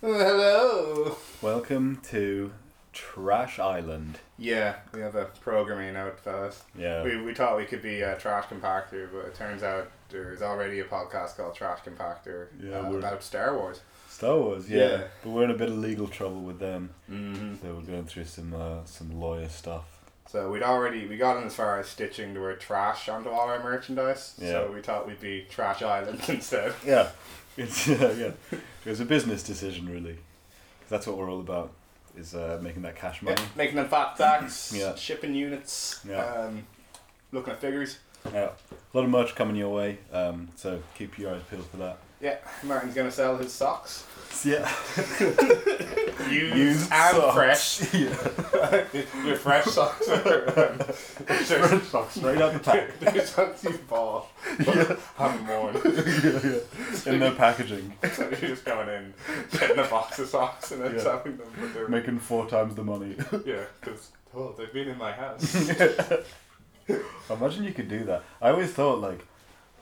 Hello. Welcome to Trash Island. Yeah, we have a programming out, fellas. Yeah. We, we thought we could be uh, Trash Compactor, but it turns out there's already a podcast called Trash Compactor Yeah, uh, we're- about Star Wars. Star Wars, yeah. Yeah. But we're in a bit of legal trouble with them, Mm-hmm. so we're going through some uh, some lawyer stuff. So we'd already we got in as far as stitching the word trash onto all our merchandise. Yeah. So we thought we'd be Trash Island instead. Yeah. It's yeah, yeah. It was a business decision, really. 'Cause that's what we're all about is uh, making that cash money. Yeah, making them fat facts, Yeah. shipping units, Yeah. um, looking at figures. Yeah. A lot of merch coming your way, um, so keep your eyes peeled for that. Yeah, Martin's gonna sell his socks. Yeah. Used, Used and socks. fresh. yeah. Your fresh socks are um, they're- Straight out the pack. they're socks you bought. Yeah. Haven't worn. yeah, yeah. In their packaging, So you're just going in, getting a box of socks and then Yeah. selling them. But they're, making four times the money. yeah, because oh, they've been in my house. Imagine you could do that. I always thought like,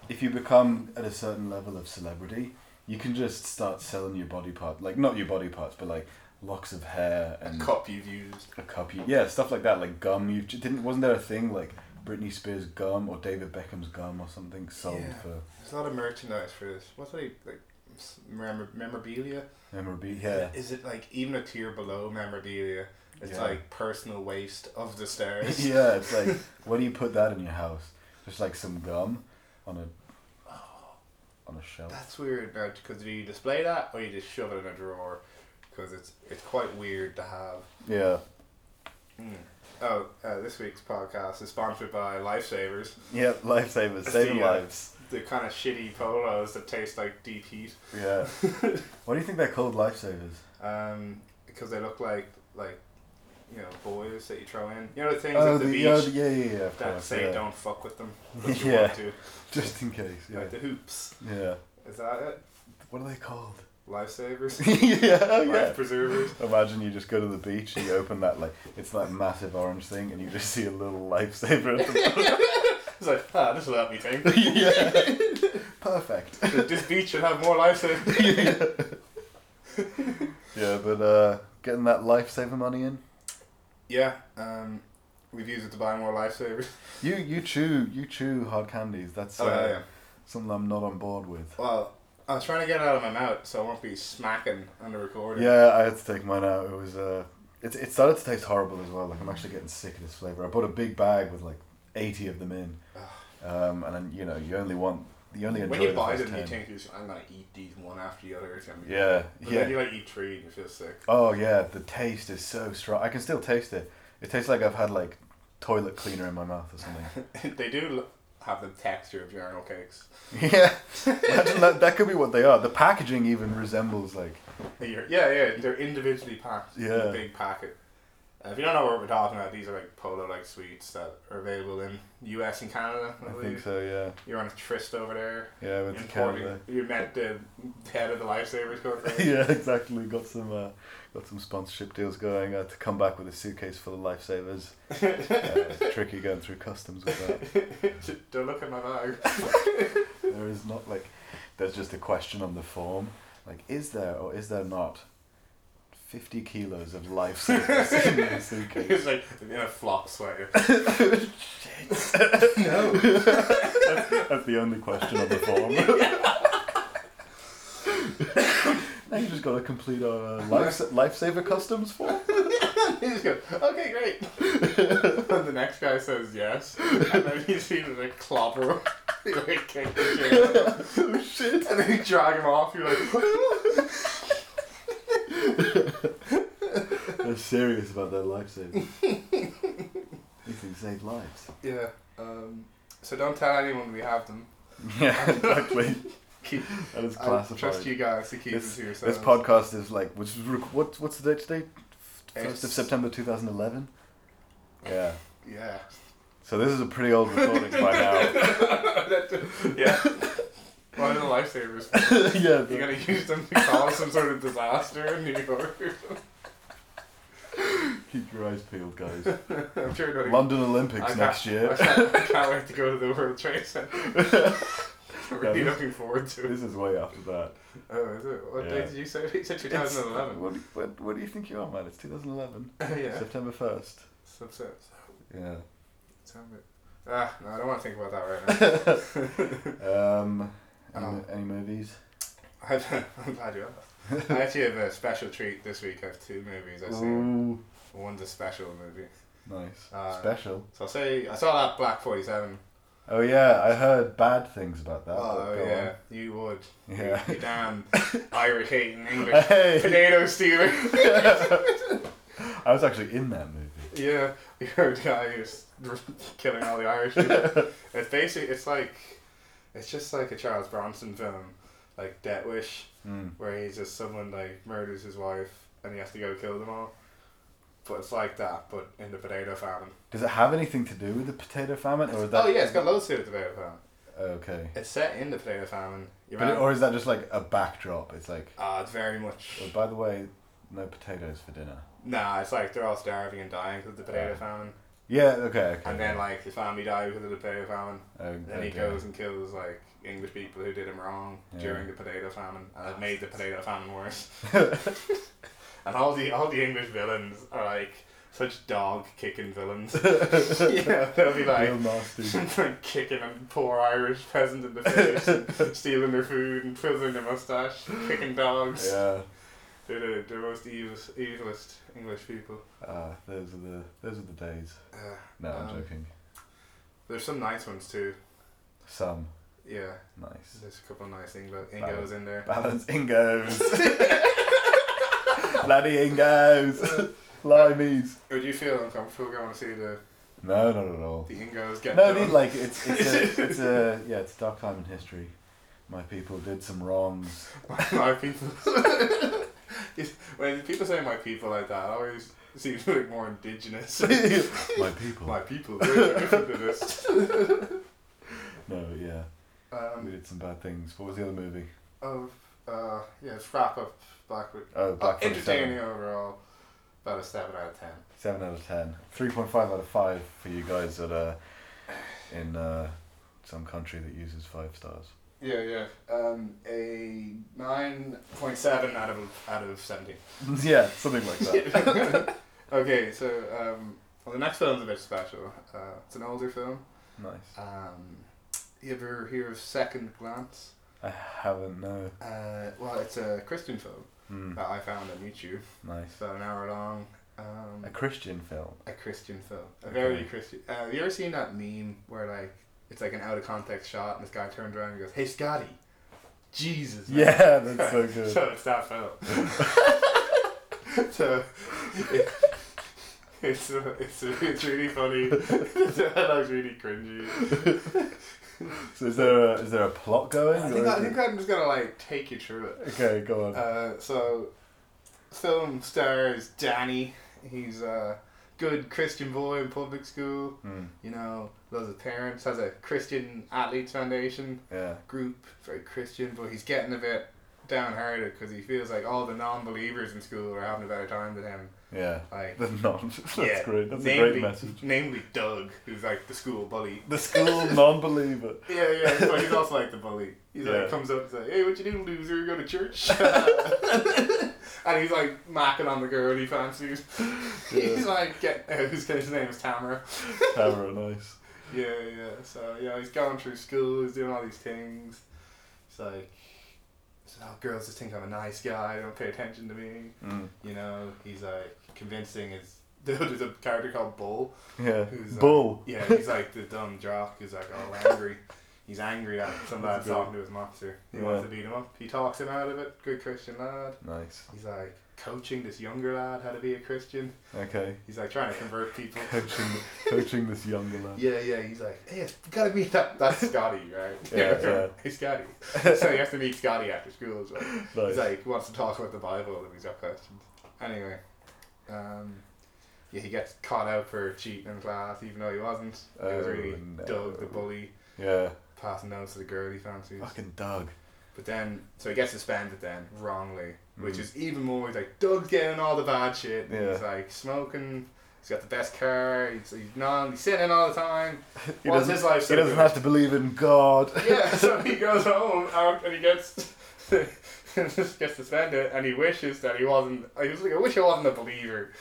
if you become at a certain level of celebrity, you can just start selling your body part, like not your body parts, but like locks of hair a and cup you've used. a cup you, yeah, stuff like that, like gum. You didn't wasn't there a thing like Britney Spears gum or David Beckham's gum or something sold Yeah. for There's a lot of merchandise for this. What's it like? like s- memor- memorabilia? memorabilia? Is it like even a tier below memorabilia? It's Yeah. like personal waste of the Yeah, stairs. yeah it's like where do you put that in your house? Just like some gum on a oh, on a shelf. That's weird now because do you display that or you just shove it in a drawer? Because it's it's quite weird to have. Yeah, Hmm. Oh, uh, this week's podcast is sponsored by Lifesavers, yeah, lifesavers, saving The, uh, lives. the kind of shitty polos that taste like deep heat. Yeah. Why do you think they're called lifesavers? Um, because they look like like you know boys that you throw in. You know the things Oh, at the, the, beach oh, yeah, yeah, yeah. Of that course, say yeah. don't fuck with them, but you Yeah. want to, Just in case. Yeah. like the hoops. yeah. Is that it? What are they called? Lifesavers, yeah. oh, life yeah. preservers. Imagine you just go to the beach and you open that like it's that massive orange thing and you just see a little lifesaver at the bottom. It's like ah, this will help me think. yeah. Perfect. this beach should have more lifesavers. yeah. yeah, but uh, getting that lifesaver money in. Yeah. Um, we've used it to buy more lifesavers. You you chew you chew hard candies. That's uh, oh yeah. yeah. something I'm not on board with. Well, I was trying to get it out of my mouth so I won't be smacking on the recording. Yeah, I had to take mine out. It was uh, it, it started to taste horrible as well. Like I'm actually getting sick of this flavor. I bought a big bag with like eighty of them in, um, and then you know you only want you only enjoy When you the buy first them, 10. you think, "Just- I'm going to eat these one after the other. It's gonna be Yeah, But yeah. then you like eat three and you feel sick. Oh yeah, the taste is so strong. I can still taste it. It tastes like I've had like toilet cleaner in my mouth or something. they do l- have the texture of urinal cakes. yeah, Imagine that, that could be what they are. The packaging even resembles like You're- yeah, yeah, they're individually packed in Yeah. a big packet. Uh, if you don't know what we're talking about, these are like polo-like sweets that are available in U.S. and Canada. I, I believe. think so. Yeah, You're on a tryst over there. yeah. With the importing- Canada. You met the head of the Lifesavers Corporation. yeah, exactly. Got some uh, got some sponsorship deals going. I had to come back with a suitcase full of lifesavers. Uh, it's tricky going through customs with that. don't look at my bag. There is not like there's just a question on the form like is there or is there not fifty kilos of lifesavers in your suitcase? It's like in a flop sweater. That's the only question on the form. now you just got to complete a life lifesaver customs form. He just goes, okay, great. and the next guy says yes. And then you see him like clobber him. He like kick the shit out of him. oh shit! And then you drag him off. You're like, They're serious about their lifesavers. These things save lives. yeah. Um, so don't tell anyone we have them. Yeah, exactly. Keep, That is I classified. trust you guys to keep This, them to this yourselves. podcast is like, which is rec- what, what's the date today? First of It's- September two thousand eleven. Yeah. yeah. So this is a pretty old recording by now. yeah. One of the lifesavers. yeah. You gotta use them to cause some sort of disaster in New York. Keep your eyes peeled, guys. I'm sure it'll London Olympics I next can't- I year. can't, I can't wait to go to the World Trade Center. really this- looking forward to it. This is way after that. Oh, is it? What Yeah. date did you say? You said 2011. What, do you- what, what do you think you are, man? It's 2011. Oh, yeah. September 1st. Subset. Yeah. September. Ah, no, I don't want to think about that right now. Um, any, Um, mo- any movies? I've- I'm glad you asked. I actually have a special treat this week. I have two movies I've seen. Ooh, One's a special movie. Oh, nice. Uh, Special. So I'll say, I saw that Black 47. Oh yeah, I heard bad things about that. Oh, but go yeah. You would. on. Yeah. You damn Irish hating English Hey. potato stealer. I was actually in that movie. yeah, you're a guy who's killing all the Irish people. It's basically, it's like, it's just like a Charles Bronson film, like Death Wish, Mm. where he's just someone like murders his wife and he has to go kill them all. But it's like that, but in the potato famine. Does it have anything to do with the potato famine, or is that? oh yeah, it's got loads to do with the potato famine. Okay. It's set in the potato famine. You But it- remember? or is that just like a backdrop? It's like, Ah, it's very much. oh, by the way, no potatoes for dinner. Nah, it's like they're all starving and dying because of the potato famine. Yeah. Okay. okay. And then like his family die because of the potato famine. Oh, Then he okay. goes and kills like English people who did him wrong Yeah. during the potato famine, and it made the potato famine worse. and all the all the English villains are like such dog kicking villains. yeah, they'll be like Real nasty. like kicking a poor Irish peasant in the face, and stealing their food and twizzling their mustache, kicking dogs. yeah. They're the, the most evil, evilest English people. Uh, those are the those are the days. Uh, No, I'm Um, joking. there's some nice ones too. Some Yeah, nice there's a couple of nice Inglo- Ingos in there. balance ingos. Bloody ingos. Limeys. Would you feel uncomfortable going to see the, No, not at all. the Ingos get No, I done? mean like it's it's a, it's a yeah it's a dark time in history. My people did some wrongs. my people? when people say my people like that, I always seem like more indigenous. My people. my people, they're different to this. No, yeah, we Um, did some bad things. What was the other movie? of uh, yeah, it's wrap up back with Oh, Black Forty Uh, entertaining Seven. overall. About a seven out of ten. Seven out of ten. Three point five out of five for you guys that are in uh, some country that uses five stars. Yeah, yeah. Um, a nine point seven out of out of seventeen. yeah, something like that. okay, so um, well, the next film's a bit special. Uh, it's an older film. nice. Um, you ever hear of Second Glance? I haven't no. Uh, well, it's a Christian film Mm, that I found on YouTube. nice. It's about an hour long. Um, A Christian film. a Christian film, a Okay. very Christian. Uh, have you ever seen that meme where like it's like an out of context shot and this guy turns around and goes, "Hey, Scotty, Jesus." man." Yeah, that's so good. so it's that film. so it, it's uh, it's it's really funny. the dialogue's really cringy. So is there a, is there a plot going? I think, or I is think I'm just gonna like take you through it. it- Okay, go on. Uh, so, film stars Danny. He's a good Christian boy in public school. Mm, You know, loves his parents. Has a Christian athletes foundation yeah. group. Very Christian, but he's getting a bit downhearted because he feels like all the non-believers in school are having a better time than him. Yeah. Like, The non. That's Yeah, great. That's a namely, great message. namely Doug, who's like the school bully. The school non-believer. Yeah, yeah, but he's also like the bully. He's Yeah. like comes up and says, "Hey, what you doing, loser? Go to church?" and he's like macking on the girl he fancies. Yeah. He's like, get, uh, his, his name is Tamara. Camera, nice. Yeah, yeah. So yeah, he's going through school. He's doing all these things. He's like, so oh, girls just think I'm a nice guy. Don't pay attention to me. Mm. You know, he's like convincing his. There's a character called Bull. Yeah. Who's uh, that? Bull. Yeah, he's like the dumb jock who's like all angry. He's angry at some lad That's good. talking to his mobster. He Yeah. wants to beat him up. He talks him out of it. Good Christian lad. Nice. He's like coaching this younger lad how to be a Christian. Okay. He's like trying to convert people. Coaching, coaching this younger lad. Yeah, yeah. He's like, hey, you gotta meet that. That's Scotty, right? Yeah, yeah. Hey, Scotty. So he has to meet Scotty after school as well. Nice. He's like wants to talk about the Bible and he's got questions. Anyway, um, yeah, he gets caught out for cheating in class, even though he wasn't. It was Oh, really no. Doug the bully yeah. passing notes to the girl he fancies. Fucking Doug. But then, so he gets suspended then wrongly, which Mm. is even more he's like Doug's getting all the bad shit. and Yeah. He's like smoking. He's got the best car. He's, he's non. He's sinning all the time. He What's doesn't, his life so he doesn't good? have to believe in God. yeah, so he goes home out and he gets just gets suspended and he wishes that he wasn't. He was like, I wish I wasn't a believer.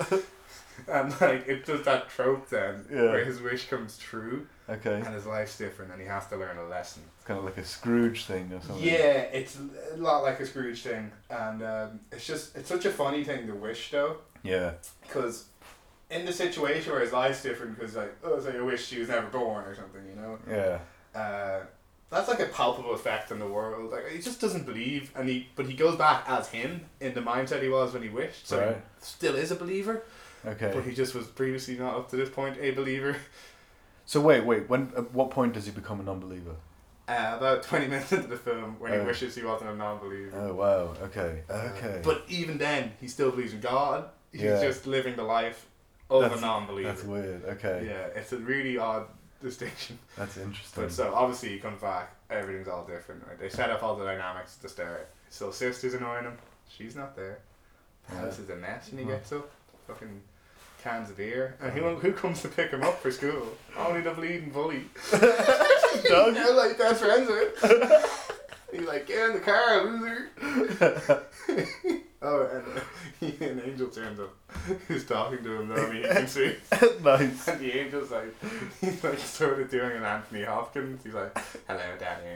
and like it does that trope then Yeah. where his wish comes true okay. and his life's different and he has to learn a lesson. It's kind of like a Scrooge thing or something. Yeah, it's a lot like a Scrooge thing, and um, it's just it's such a funny thing to wish though, Yeah. because in the situation where his life's different, because like oh, it's like I wish she was never born or something, you know. Yeah. uh, that's like a palpable effect on the world. Like he just doesn't believe, and he but he goes back as him in the mindset he was when he wished. So Right. he still is a believer, Okay. but he just was previously not up to this point a believer. So wait, wait. When at what point does he become a non-believer? Uh, about twenty minutes into the film, when Oh. he wishes he wasn't a non-believer. Oh wow. Okay. Uh, Okay. but even then, he still believes in God. He's Yeah. just living the life of That's- a non-believer. that's weird. Okay. yeah, it's a really odd distinction. That's interesting. But so obviously he comes back, everything's all different, right? They set up all the dynamics at the start. So sister's annoying him, she's not there. The Yeah. house is a mess and he Hmm. gets up, fucking cans of beer. And who, who comes to pick him up for school? Only the bleeding bully. Doug? They're like best friends with. He's like, get in the car, loser. oh, and uh, an angel turns up. Who's talking to him though, I mean, he can see. nice. And the angel's like, he's like sort of doing an Anthony Hopkins. He's like, hello, Danny.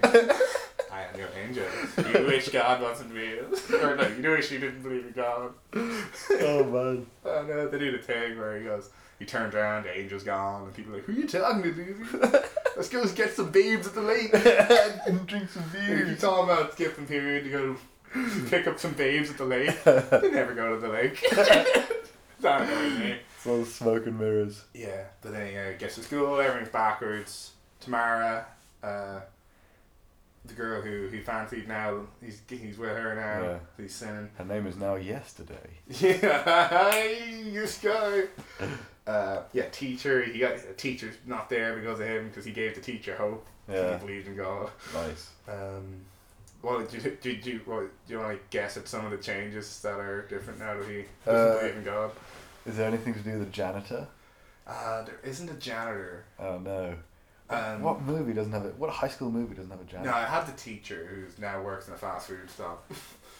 I am your angel. You wish God wasn't real. Or no, you wish you didn't believe in God. Oh man. Oh no, they do the thing where he goes, he turns around, the angel's gone, and people are like, who are you talking to, dude? Let's go get some babes at the lake. and drink some Dude, you're beer. talking about skipping period to go pick up some babes at the lake. They never go to the lake. Not annoying me. It's all smoke and mirrors. Yeah, but then yeah, gets to school, everything's backwards. Tamara, uh, the girl who he fancied now, he's he's with her now. Yeah. He's sinning. Her name is now Yesterday. Yeah, this guy. Uh, yeah, teacher. He got the teacher's not there because of him because he gave the teacher hope. 'cause Yeah. he believed in God. Nice. Um, well, did you did you well, do you want to guess at some of the changes that are different now that he doesn't Uh, believe in God? Is there anything to do with the janitor? Uh, there isn't a janitor. Oh no. Um, what movie doesn't have it? What high school movie doesn't have a No, janitor? I had the teacher who's now works in a fast food shop.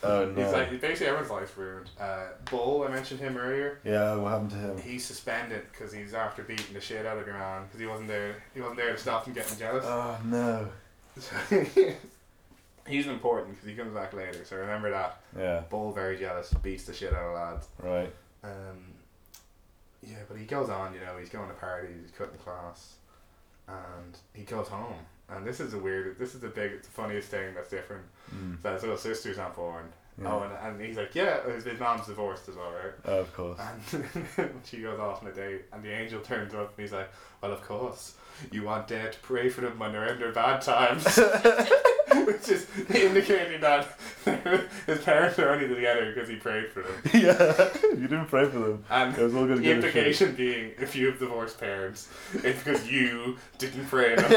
Oh no. He's like basically everyone's life's ruined. Uh, Bull, I mentioned him earlier. yeah, what happened to him? He's suspended because he's after beating the shit out of your man because he wasn't there. He wasn't there to stop him getting jealous. Oh no. he's important because he comes back later. So remember that. Yeah. Bull very jealous, beats the shit out of lads. Right. Um, yeah, but he goes on, you know, he's going to parties, he's cutting class, and he goes home. And this is the weird, this is the big, the funniest thing that's different. Mm. That his little sister's not born. Yeah. Oh, and, and he's like, yeah, his, his mom's divorced as well, right? Oh, of course. Ah. And she goes off on a date, and the angel turns up, and he's like, well, of course, you want dad to pray for them when they're in their bad times. Which is indicating that his parents are only together because he prayed for them. yeah. You didn't pray for them. And It was all gonna the go to shit. implication being, if you have divorced parents, it's because you didn't pray enough.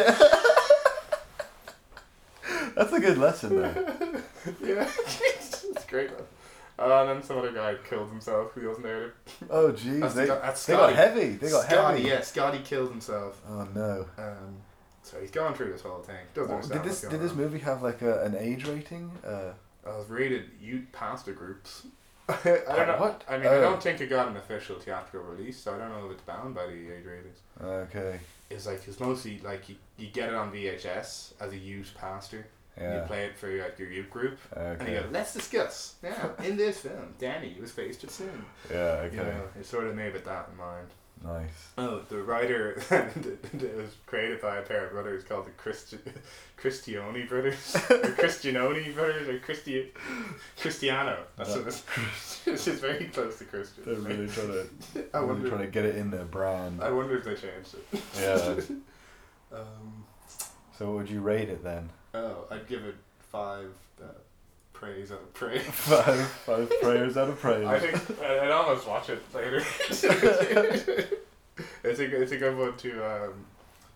That's a good lesson though. yeah, it's great. Uh, and then some other guy killed himself because he wasn't there. to- Oh jeez, That's- they, that's they got Scotty. heavy. They got Scotty, heavy. yeah, Scotty killed himself. Oh no. Um, so he's going through this whole thing. Doesn't What- understand did this what's did going this on. movie have like a, an age rating? Uh, I was rated youth pastor groups. I don't know. What? I mean, I Oh. don't think it got an official theatrical release, so I don't know if it's bound by the age ratings. okay. It's like it's mostly like you, you get it on VHS as a youth pastor. You Yeah. play it for like your youth group, and you Okay. go, "Let's discuss now in this film." Danny was faced with sin. Yeah. You Okay. know, it's sort of made with that in mind. Nice. Oh, the writer that was created by a pair of brothers called the Christi- Christiani brothers, or Christianoni brothers, or Christi- Cristiano. That's what it's. It's just very close to Christian. They're really trying to I really wonder. trying to get it in their brand. I wonder if they changed it. Yeah. Um, So what would you rate it then? oh, I'd give it five uh, praise out of praise. Five, five prayers out of praise. I think I- I'd almost watch it later. it's a good- it's a good one to um,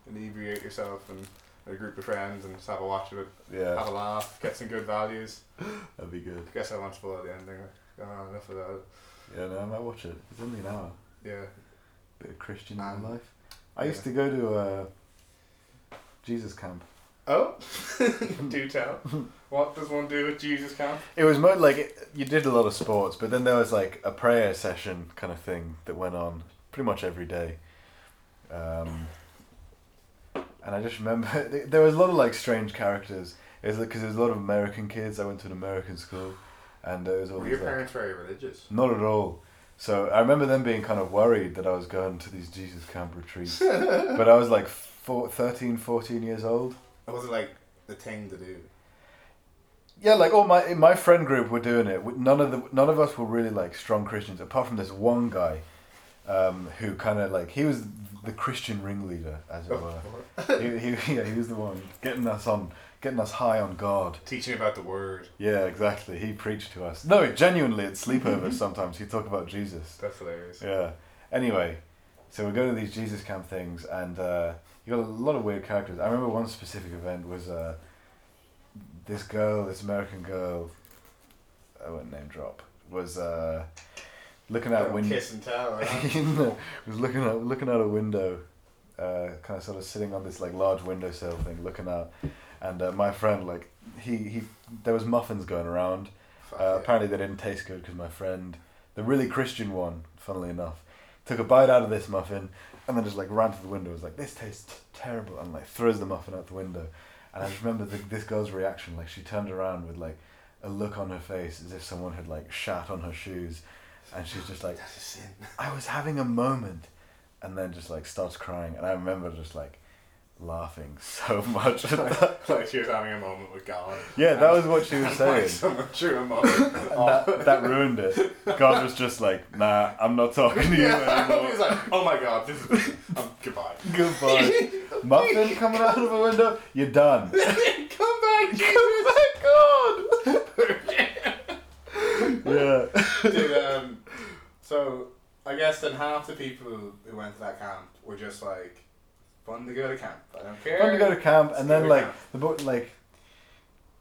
inebriate yourself and a group of friends and just have a watch of it, have yeah, a laugh, get some good values. that'd be good. I guess I want Ah, to spoil the ending. I've gone on enough about it. Yeah, no, I might watch it. It's only an hour. Yeah. bit of Christian in Um, my life. I yeah. used to go to uh, Jesus camp. Oh, do tell. What does one do at Jesus camp? It was more like it, you did a lot of sports, but then there was like a prayer session kind of thing that went on pretty much every day. Um, and I just remember th- there was a lot of like strange characters. It was because there was a lot of American kids. I went to an American school, and there was all Were these your like, parents very religious? not at all. So I remember them being kind of worried that I was going to these Jesus camp retreats, but I was like four, 13, 14 years old. Or was it like the thing to do? Yeah, like all my my friend group were doing it. We- None of the none of us were really like strong Christians, apart from this one guy, um, who kind of like he was the Christian ringleader, as it were. he, he, yeah, he was the one getting us on, getting us high on God. Teaching about the word. Yeah, exactly. He preached to us. No, genuinely, at sleepovers sometimes he'd talk about Jesus. That's hilarious. Yeah. Anyway, so we go to these Jesus camp things, and uh, you got a lot of weird characters. I remember one specific event was uh, this girl, this American girl. I won't name drop. Was uh, looking out Don't window. Kiss and tell. Uh, huh? was looking out looking out a window, uh, kind of sort of sitting on this like large windowsill thing, looking out, and uh, my friend like he he there was muffins going around. Fuck Uh, yeah. apparently they didn't taste good because my friend, the really Christian one, funnily enough, took a bite out of this muffin and then just like ran to the window. Was like, "This tastes terrible," and like throws the muffin out the window. And I just remember the, this girl's reaction. Like she turned around with like a look on her face as if someone had like shat on her shoes, and she's just like, That's a sin. "I was having a moment," and then just like starts crying. And I remember just like laughing so much at that. like she was having a moment with God. Yeah, that was what she was And saying. Like someone threw a moment. off. that, that ruined it. God was just like, nah, I'm not talking to you yeah. anymore. He's like, oh my God, this is. Um, goodbye. Goodbye. Muffin coming out of a window, you're done. Come back, Jesus. Oh my god! yeah. Did, um, so I guess then half the people who went to that camp were just like, fun to go to camp. I don't care. Fun to go to camp, Let's and go then to like camp. the book, like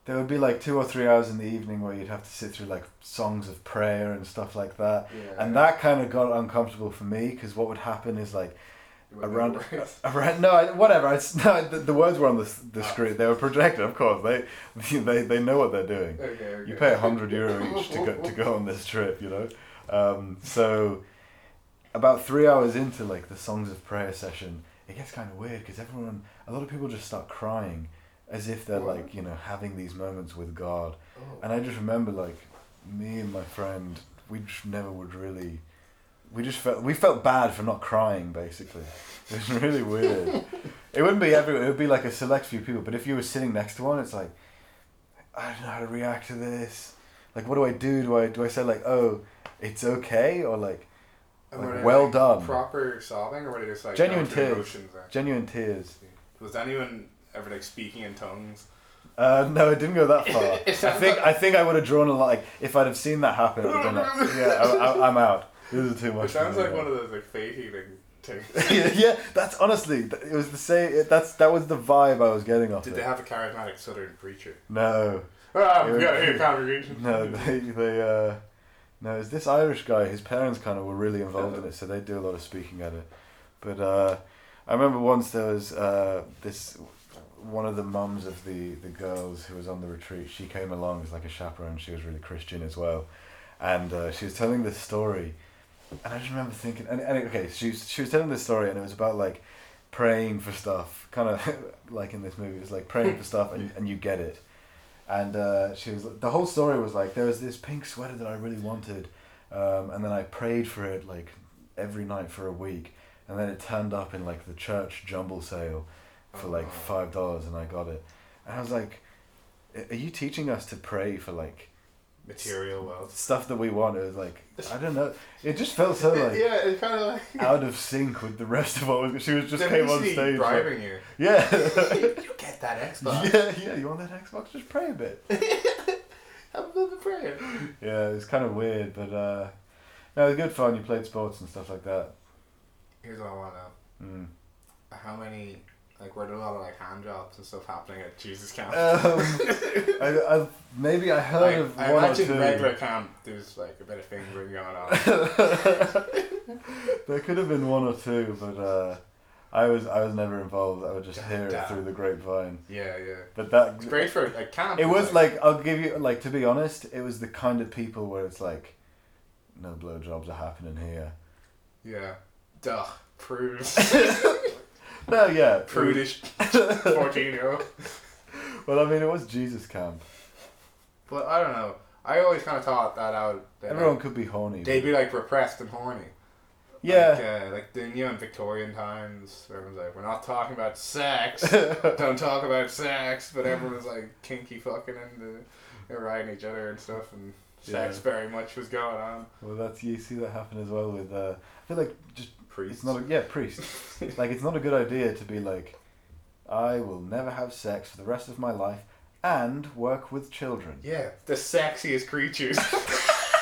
there would be like two or three hours in the evening where you'd have to sit through like songs of prayer and stuff like that. Yeah. And that kind of got uncomfortable for me because what would happen is like You wouldn't around, know words. around no I, whatever I, s- no, the, the words were on the, s- the Ah. screen they were projected of course they they, they know what they're doing Okay, okay. you pay a hundred euro each to go to go on this trip you know um, so about three hours into like the songs of prayer session it gets kind of weird because everyone a lot of people just start crying as if they're What? like you know having these moments with God Oh. and I just remember like me and my friend, we just never would really. We just felt we felt bad for not crying. Basically, it was really weird. it wouldn't be everyone. It would be like a select few people. But if you were sitting next to one, it's like, I don't know how to react to this. Like, what do I do? Do I do I say like, oh, it's okay, or like And like, were they, well like, done. Proper sobbing, or were they just like Genuine going through tears. Emotions there? genuine tears? Was anyone ever like speaking in tongues? Uh, no, it didn't go that far. I It sounds think I think I would have drawn a line. Like, if I'd have seen that happen, I'd have been like, yeah, I, I, I'm out. This is too much. It sounds for me, like yeah. one of those like faith healing things. yeah, that's honestly, th- it was the same. It, that's that was the vibe I was getting off Did it. they have a charismatic Southern preacher? no, Ah, Yeah. we got here congregation. no, they, they, uh, no. It's this Irish guy. His parents kind of were really involved in it, so they do a lot of speaking at it. But uh, I remember once there was uh, this one of the mums of the the girls who was on the retreat. She came along as like a chaperone. She was really Christian as well, and uh, she was telling this story. And I just remember thinking, and, and it- okay, she was, she was telling this story, and it was about like praying for stuff, kind of like in this movie, it was like praying for stuff, and, and you get it. And uh, she was the whole story was like there was this pink sweater that I really wanted, um, and then I prayed for it like every night for a week, and then it turned up in like the church jumble sale for like five dollars, and I got it. And I was like, "Are you teaching us to pray for like Material wealth. stuff that we want?" It was like I don't know. It just felt so like yeah, it's kind of like. out of sync with the rest of what was. She was just They're came on basically stage. like, bribing you. yeah. you get that Xbox. yeah, yeah. You want that Xbox? Just pray a bit. Have another prayer. Yeah, it was kind of weird, but uh, no, it was good fun. You played sports and stuff like that. Here's what I want to know: Mm. How many Like, were there a lot of like hand jobs and stuff happening at Jesus Camp? Um, I, I, maybe I heard Like, of I one or imagine two. regular camp, there's like a bit of fingering going on. there could have been one or two, but uh, I was I was never involved. I would just hear it Damn. through the grapevine. yeah, yeah. But that It's great for like camp. it is, was like I'll give you like to be honest, it was the kind of people where it's like, no blowjobs are happening here. yeah, duh, prude, No, yeah, it was- prudish fourteen year old. Well, I mean, it was Jesus camp. But I don't know. I always kind of thought that out. That Everyone like, could be horny. they'd but- be like repressed and horny. yeah. Like, uh, like the you know in Victorian times, everyone's like, "We're not talking about sex. Don't talk about sex." But everyone was like kinky fucking and they're riding each other and stuff, and sex Yeah. very much was going on. well, that's you see that happen as well with. Uh, I feel like just Priests. it's not a, yeah priest. like it's not a good idea to be like, I will never have sex for the rest of my life, and work with children. Yeah, the sexiest creatures.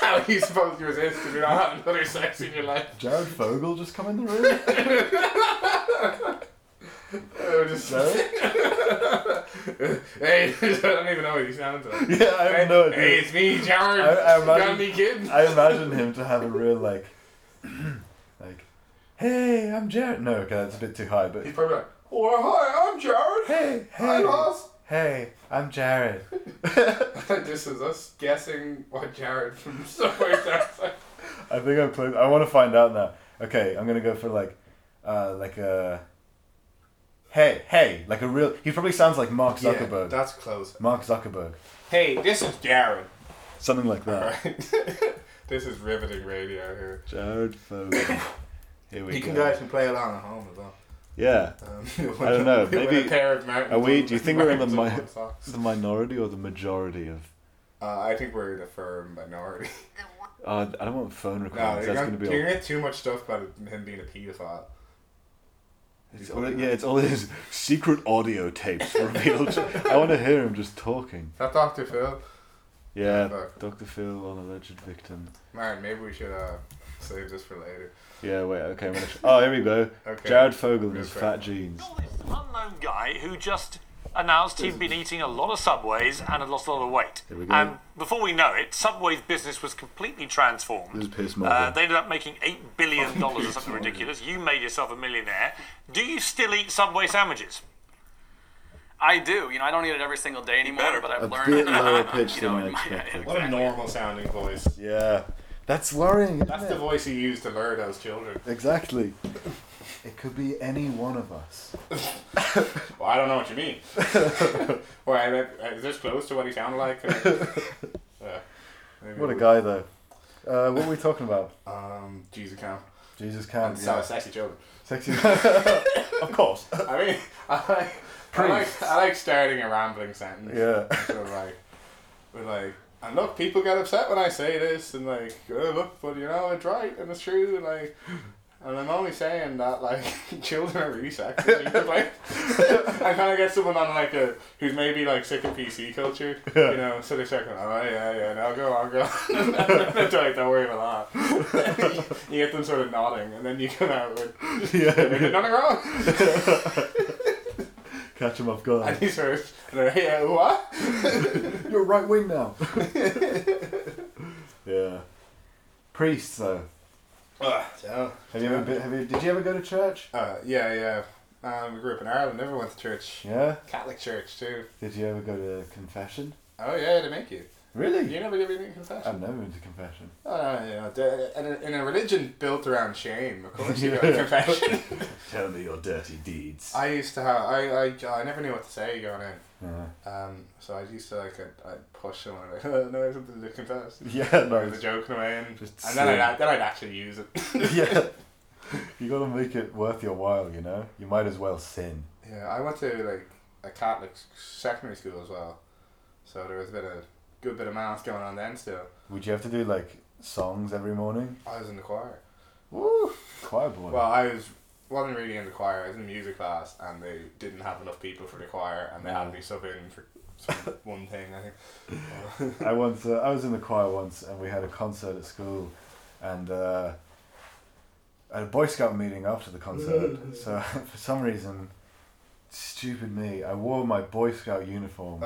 How are you supposed to resist if you don't have another sex in your life? Jared Fogle just come in the room. Oh, just Jared? hey, I don't even know what he sounds like. yeah, I Hey, have no idea. hey, it's me, Jared. I- I you got imagine- me kidding? I imagine him to have a real like, like, hey, I'm Jared. No, okay, that's a bit too high, but He's probably like, oh, hi, I'm Jared. hey, Hi, hey, boss. hey, I'm Jared. this is us guessing what Jared from somewhere sounds like. I think I'm close. I want to find out now. Okay, I'm gonna go for like, uh, like a, hey, hey, like a real. He probably sounds like Mark Zuckerberg. that's close. Mark Zuckerberg, Hey, this is Jared. something like that. Alright. this is riveting radio here. Jared Fogle. Here we You go. can guys can play along at home as well. yeah, Um, I don't know, with a maybe- pair of mountains are we- on- do you think we're in the mountains mi- on socks. the minority or the majority of. Uh, I think we're the firm minority. Uh, I don't want phone no, requirements. you're That's gonna, gonna be. you're All, gonna get too much stuff about him being a pedophile. it's all, yeah, it's all his secret audio tapes revealed. I want to hear him just talking. Is that Doctor Phil? Yeah, Fuck. Dr. Phil on alleged victim. Man, maybe we should uh, save this for later. Yeah, wait, okay. I'm gonna sh- oh, here we go. Okay. Jared Fogle and his Okay. fat jeans. Well, this unknown guy who just announced he'd been eating a lot of Subways and had lost a lot of weight. There we go. And before we know it, Subway's business was completely This is transformed. Piers Uh, Morgan. they ended up making eight billion dollars or something ridiculous. You made yourself a millionaire. Do you still eat Subway sandwiches? I do. You know, I don't eat it every single day anymore, but I've A learned. bit lower pitched you than know, I in my- expected. What a normal sounding voice. yeah, that's worrying. Isn't That's it? the voice he used to lure those children. exactly. It could be any one of us. Well, I don't know what you mean. well, I, I, is this close to what he sounded like? Uh, maybe What a we- guy, though. Uh, what are we talking about? Um, Jesus, count. Jesus And can't. so Yeah. sexy children. Sexy. of course. I mean, I like, I like, I like starting a rambling sentence. Yeah. So like, we're like, and look, people get upset when I say this, and like, oh, look, but you know, it's right and it's true, and like, and I'm only saying that like, children are really sexy. like, I kind of get someone on like a who's maybe like sick of PC culture, you know, so they start going, oh yeah, yeah, now go, I'll go. They're like, don't worry about that. you get them sort of nodding, and then you come out with, yeah, they did nothing wrong. Catch him off And guard. he's hurt. And they're yeah, what? You're right wing now. yeah. Priests, though. so, Have you ever been, have you, did you ever go to church? uh, yeah, yeah. Um, we grew up in Ireland. Never went to church. Yeah. Catholic church too. Did you ever go to confession? Oh yeah, to make you. Really? You never give me a I've confession. never been to confession. Uh, you know, the- in, a, in a religion built around shame, of course you go to confession. Tell me your dirty deeds. I used to have. I, I I never knew what to say going in. yeah. Um, so I used to like I'd, I'd push someone like oh, no, I have something to confess. Yeah, I was no. joking away, and, Just and then say- I'd, then I'd actually use it. yeah. You gotta make it worth your while, you know? You might as well sin. Yeah, I went to like a Catholic s- secondary school as well, so there was a bit of good bit of math going on then. Still, Would you have to do like songs every morning? I was in the choir. Woo! Choir boy. Well, I was wasn't really in the choir. I was in music class, and they didn't have enough people for the choir, and they had me sub in for some one thing. I think. I once uh, I was in the choir once, and we had a concert at school, and uh, Mm. at a Boy Scout meeting after the concert. so for some reason, Stupid me. I wore my Boy Scout uniform.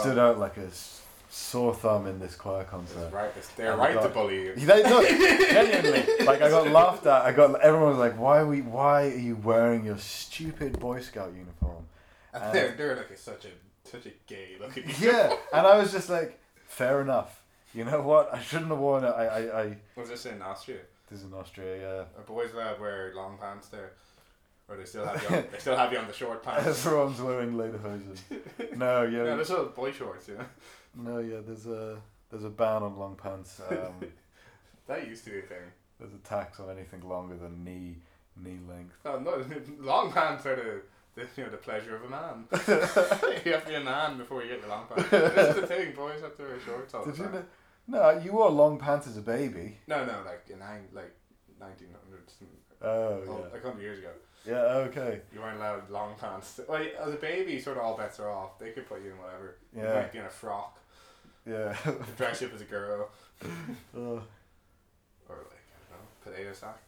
Stood out like a s- sore thumb in this choir concert. It's right, it's, they're Oh my right to God. bully you. They, no, genuinely, like I got laughed at. I got everyone was like, "Why are we? Why are you wearing your stupid Boy Scout uniform?" And they're, they're like such a such a gay looking. Yeah, and I was just like, "Fair enough." You know what? I shouldn't have worn it. I, I, I Was this in Austria? this is in Australia. Are boys allowed to wear long pants there? Or they still have you on, they still have you on the short pants? Everyone's wearing lederhosen. No, yeah, Yeah, there's little boy shorts, you know. no, yeah. There's a there's a ban on long pants. Um, That used to be a thing. there's a tax on anything longer than knee knee length. No, Oh, no, long pants are the, the you know the pleasure of a man. you have to be a man before you get the long pants. This is the thing, boys have to wear shorts all the Did you? time. Know? No, you wore long pants as a baby. No, no, like in nine, like nineteen hundreds, Oh oh, yeah. like hundred years ago, Yeah. Okay. you weren't allowed long pants. Well, you- as a baby, sort of all bets are off. They could put you in whatever. You Yeah. might be in a frock, Yeah. dress you up as a girl, Uh, or like I don't know, potato sack.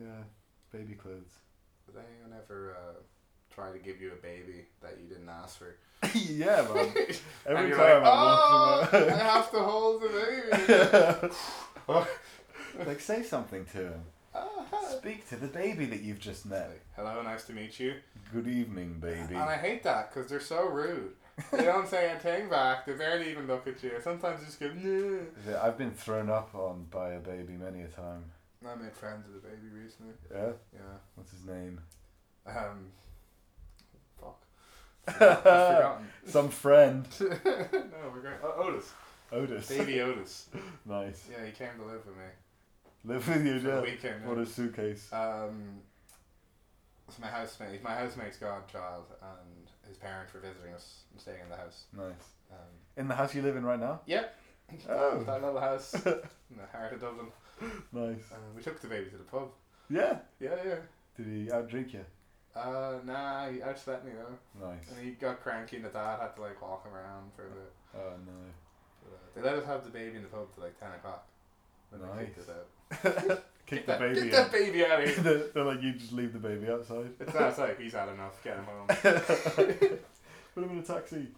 yeah. Baby clothes. Did anyone ever uh, try to give you a baby that you didn't ask for? yeah, man. And Every you're time like, I "Oh, walked I have to hold the baby. him, "Oh, like say something to him. Uh-huh. Speak to the baby that you've just met. Like, Hello, nice to meet you. Good evening, baby. And I hate that because they're so rude. They don't say a thing back. They barely even look at you. Sometimes they just go, no. Yeah, I've been thrown up on by a baby many a time. I made friends with a baby recently. Yeah. Yeah. What's his name? Um. Fuck. Forgotten. Some friend. Forgotten. no, we're going. O- Otis. Otis. Baby Otis. Nice. Yeah, he came to live with me. Live with you, For the Jeff. weekend, yeah. What a suitcase. Um, it's my housemate. My housemate's godchild, and his parents were visiting us and staying in the house. Nice. Um, In the house you live in right now? yep. Oh. That little house in the heart of Dublin. Nice. Uh, we took the baby to the pub. Yeah. Yeah, yeah. Did he outdrink you? Uh, nah, he outslept me though, Nice. and he got cranky, and the dad had to like walk him around for a bit. Oh But, uh, they let us have the baby in the pub till like ten o'clock. When they kicked Nice. us out. no. Kick Get the that, baby get that out. baby out of here. They're they're like, you just leave the baby outside. it's not it's like he's had enough. Get him home. Put him in a taxi.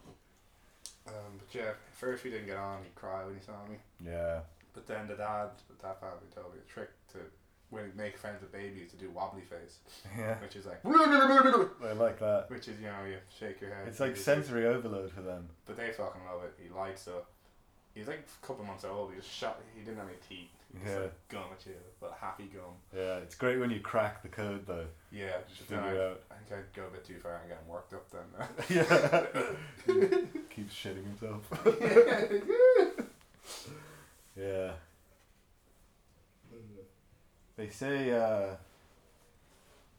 Um, but yeah, at first we didn't get on. He cried when he saw me. Yeah. But then the dad, that family told me a trick to when make friends with babies to do wobbly face, Yeah. which is like, I like that. which is you know you shake your head. It's like You do- sensory overload for them. But they fucking love it. He lights up. He's like a couple months old. He just shot. He didn't have any teeth. He just Yeah. like gum at you, but happy gum. Yeah. It's great when you crack the code though. Yeah, just Just then I, figure out. I think I'd go a bit too far and get him worked up then. yeah. Keeps shitting himself. yeah. They say uh,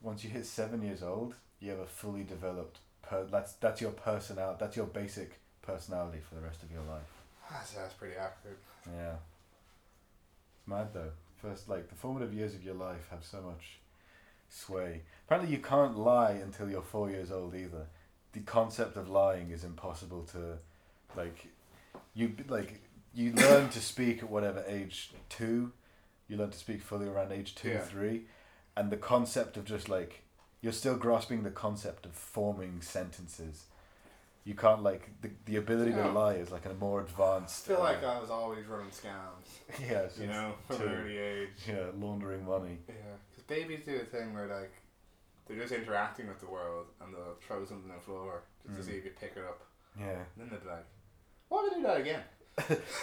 once you hit seven years old, you have a fully developed. Per- that's that's your personal. That's your basic personality for the rest of your life. that's, that's pretty accurate. Yeah. It's mad though. First, like the formative years of your life have so much sway. Apparently, you can't lie until you're four years old either. The concept of lying is impossible to, like, you like you learn to speak at whatever age two, you learn to speak fully around age two Yeah. three, and the concept of just like you're still grasping the concept of forming sentences. You can't like the, the ability Yeah. to lie is like a more advanced. I feel uh, like I was always running scams. yeah, it's- You know, from an to- early age. yeah, laundering money. Yeah, because babies do a thing where like they're just interacting with the world and they'll throw something on the floor just Hmm. to see if you pick it up. Yeah, And then they'll be like, "Why would I do that again?"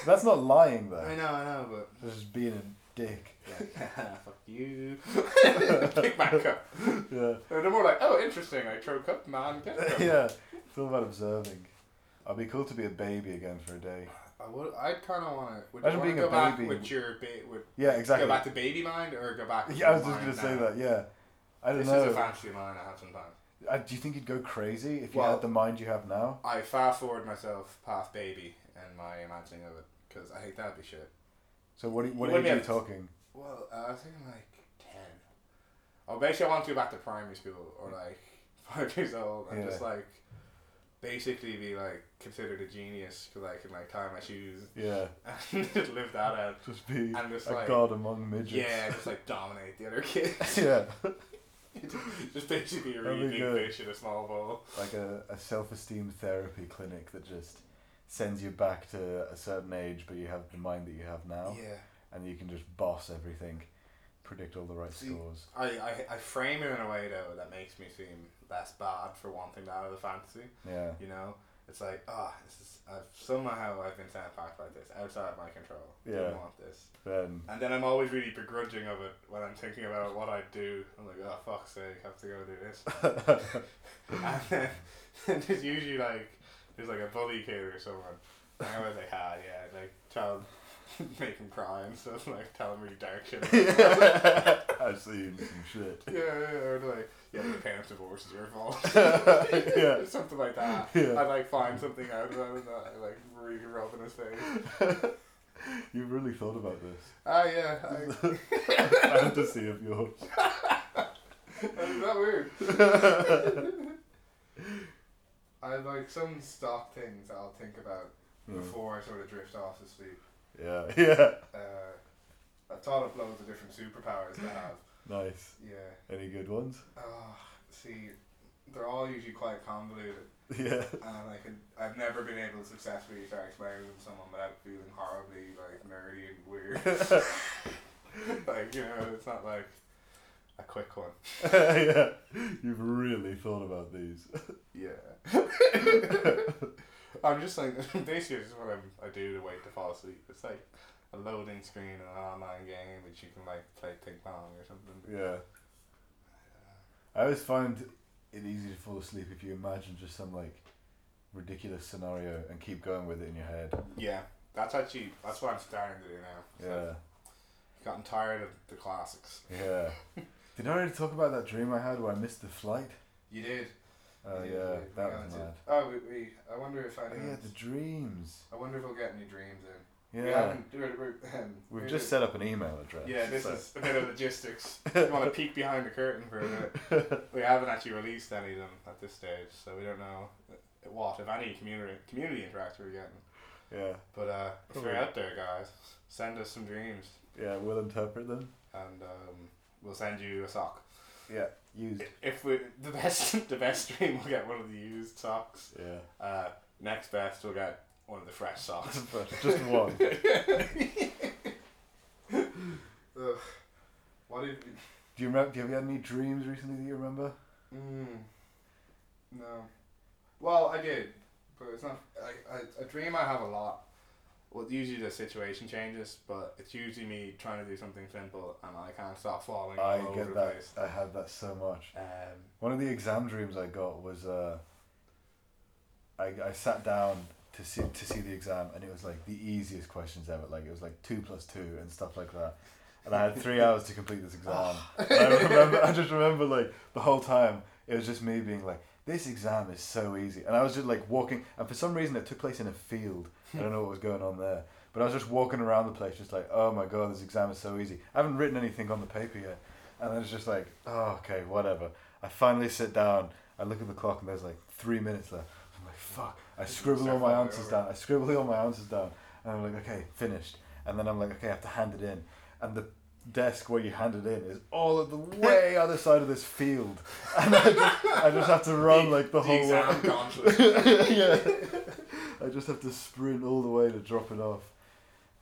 that's not lying though. I know, I know, but That's just being a dick. yeah, fuck you. Kick my cup. Yeah, And they're more like, "Oh, interesting. I throw cup, man. Get a cup." yeah. It's all about observing. I'd be cool to be a baby again for a day. I would. I kind of want to. Would you want Imagine to being go a back baby. with your ba- with Yeah, exactly. go back to baby mind or go back? to Yeah, I was just mind gonna say now? that. Yeah, I don't This is a know. fantasy of mine I have sometimes. Uh, do you think you'd go crazy if you Well- had the mind you have now? I fast forward myself past baby and my imagining of it because I think that'd be shit. So what? What Wouldn't age are it- you talking? Well, uh, I was thinking like ten. Oh, basically, I want to go back to primary school or like five years old and Yeah. just like basically be like considered a genius because I can like tie my shoes Yeah, and just live that out. just be I'm just a like- god among midgets. Yeah, just like dominate the other kids. yeah. just basically you're That'd be eating good. fish in a small bowl. like a, a self-esteem therapy clinic that just sends you back to a certain age but you have the mind that you have now Yeah. and you can just boss everything predict all the right See, scores I, I, I frame it in a way though that makes me seem less bad for wanting that out of the fantasy. yeah You know, it's like ah, this is I've, somehow I've been sent back like this, outside of my control. Yeah. Didn't want this, then and then I'm always really begrudging of it when I'm thinking about what I do. I'm like, oh fuck's sake, I have to go do this. and then and there's usually like there's like a bully kid or someone. And I was like, ah, yeah, like tell him, make him cry and stuff, like tell him really dark shit. I've seen some shit yeah, yeah, or like, yeah, your parents' divorce is your fault. Yeah. Something like that. Yeah. I'd like find something out about it that I like really rub in his face. you've really thought about this Ah, yeah. I, fantasy of yours is that weird? I have like some stock things I'll think about before I sort of drift off to sleep. yeah yeah Uh, I've thought up loads of different superpowers to have. nice Yeah. any good ones Oh, see, they're all usually quite convoluted. yeah and I could, I've never been able to successfully start explaining them to someone without feeling horribly like nerdy and weird. like you know, it's not like a quick one. yeah you've really thought about these Yeah. I'm just like basically this is what I'm, I do to wait to fall asleep. It's like a loading screen in an online game which you can like play ping pong or something. Yeah. I always find it easy to fall asleep if you imagine just some like ridiculous scenario and keep going with it in your head. Yeah, that's actually that's what I'm starting to do now. It's like, Yeah. gotten tired of the classics. Yeah. Did I already talk about that dream I had where I missed the flight? You did. Oh you did, yeah, you did. We got that was into- mad. Oh, we, we. I wonder if I. Oh, yeah, didn't- the dreams. I wonder if we'll get any dreams in. We Yeah. haven't, we're, we're, um, We've we're just set up an email address. Yeah, this so- is a bit of logistics. you want to peek behind the curtain for a bit. We haven't actually released any of them at this stage, so we don't know what, if any, community community interaction we're getting. Yeah. But uh, if Probably. you're out there, guys, send us some dreams, Yeah, we'll interpret them. and um, we'll send you a sock. Yeah. Used. If we the best the best dream, we'll get one of the used socks. Yeah. Uh, next best, we'll get one of the fresh socks. But just one. Do Ugh. What if? you remember do you have you had any dreams recently that you remember? Mm. No. Well, I did, but it's not. I, I, a dream I have a lot. Well, usually the situation changes, but it's usually me trying to do something simple and I can't stop falling all I over the get that. place. I had that so much. Um, One of the exam dreams I got was uh, I, I sat down to see to see the exam and it was like the easiest questions ever. Like it was like two plus two and stuff like that. And I had three hours to complete this exam. And I remember I just remember like the whole time it was just me being like, This exam is so easy and I was just like walking and for some reason it took place in a field. I don't know what was going on there. But I was just walking around the place just like, Oh my god, this exam is so easy. I haven't written anything on the paper yet. And then it's just like, oh, okay, whatever. I finally sit down. I look at the clock and there's like three minutes left. I'm like, fuck. I scribble all my Start answers over. down. I scribble all my answers down. And I'm like, okay, finished. And then I'm like, okay, I have to hand it in. And the desk where you hand it in is all of the way other side of this field. And I just, I just have to run like the, the whole way. exam gauntlet. yeah. I just have to sprint all the way to drop it off.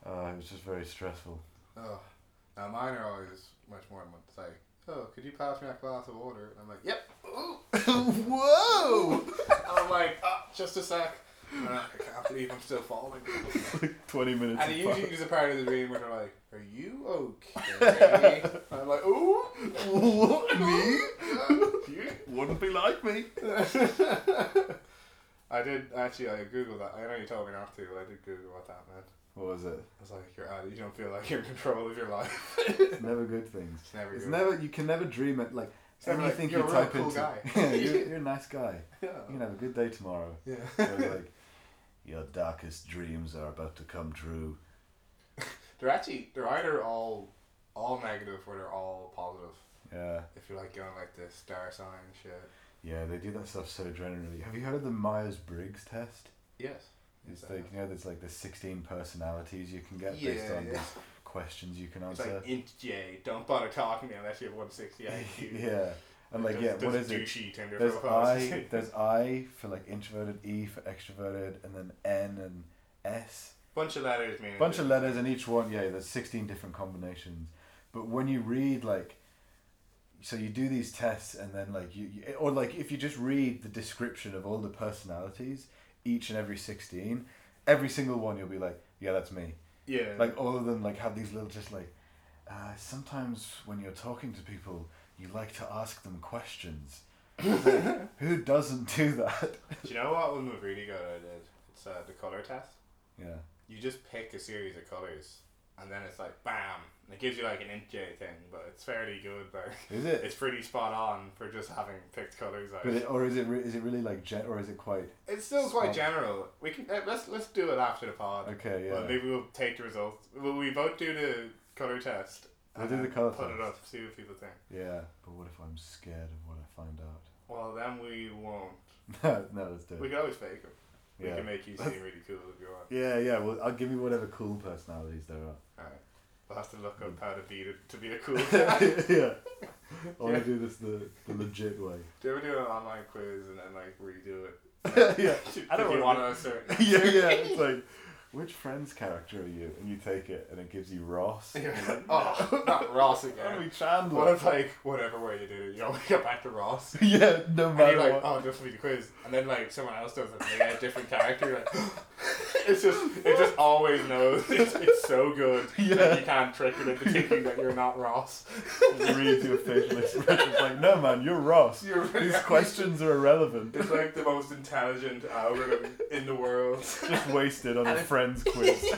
Uh, it was just very stressful. oh. Now mine are always much more than It's like, oh, could you pass me that glass of water? And I'm like, yep. Ooh. Whoa! And I'm like, ah, just a sec. And I can't believe I'm still falling. like 20 minutes. And it apart. usually is a part of the dream where they're like, "Are you okay?" And I'm like, "Ooh, What, me? you?" Wouldn't be like me. I did actually. I googled that. I know you told me not to, but I did Google what that meant. What was it? I was like, "You're out. You don't feel like you're in control of your life." It's never good things. It's never. It's good. never. You can never dream it. Like never like, everything "You're a you real type cool into. guy." Yeah, you're, you're a nice guy. You Yeah. can have a good day tomorrow. yeah. It was like your darkest dreams are about to come true. They're actually they're either all all negative or they're all positive. Yeah, If you're like going like this star sign shit. yeah. They do that stuff so generally. Have you heard of the Myers Briggs test? Yes. It's Is that- like you know, there's like the sixteen personalities you can get based Yeah, on yeah. these questions you can It's answer. like int J. Don't bother talking to me unless you have 160 IQ. yeah. And like, There's- yeah, what there's is it? douchey Tinder There's profiles. I, there's I for like introverted, E for extroverted, and then N and S. Bunch of letters, man. Bunch of letters in each one. Yeah, there's sixteen different combinations. But when you read like, so you do these tests, and then like you, you or like if you just read the description of all the personalities, each and every sixteen, every single one, you'll be like, yeah, that's me Yeah. like all of them like have these little just like uh, sometimes when you're talking to people you like to ask them questions Like, who doesn't do that do you know what one was really good I did? It's uh, the color test. yeah You just pick a series of colors, and then it's like bam. And It gives you like an inch thing, but it's fairly good. Like is it it's pretty spot on for just having picked colors out. but it, or is it re- is it really like gen- or is it quite It's still quite Spot. general. We can uh, let's let's do it after the pod. Okay, yeah. Well, maybe we'll take the results. Will we both do the color test? We'll and do the then colour Put it test. up. See what people think. yeah but what if I'm scared of what I find out Well, then we won't. no let's do We it can always fake them. We Yeah. can make you seem really cool if you want. yeah yeah well I'll give you whatever cool personalities there are Alright. We'll have to look up how to beat it to be a cool guy. yeah I want Yeah. to do this the, the legit way do you ever do an online quiz and then like redo it? yeah I don't you wanna- want to certain. yeah, yeah. It's like, which Friends character are you? And you take it, and it gives you Ross. You're Mm-hmm. like, oh, not Ross Are we again. Chandler? What if like whatever way you do it, you always get back to Ross? yeah, no And matter you're like, what. oh, just for the quiz, and then like someone else does it, and they get a different character. You're like, it's just, it just always knows. It's, it's so good Yeah. that you can't trick it into thinking that you're not Ross. Reads your facial expressions like, no man, you're Ross. You're- These questions are irrelevant. It's like the most intelligent algorithm in the world. Just wasted on a Friends quiz.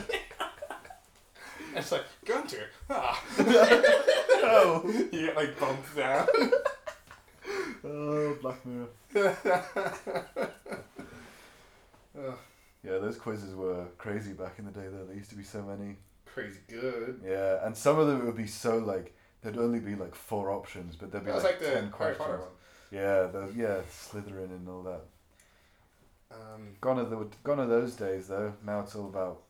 It's like Gunter. Ah, oh, you get like bumped down. oh, Black Mirror. Yeah, those quizzes were crazy back in the day. Though there used to be so many. Crazy good. Yeah, and some of them would be so like there'd only be like four options, but there'd be That was like, like the ten Harry questions. Potter one. Yeah, those, yeah, Slytherin and all that. Um, Gone are the gone are those days though. Now it's all about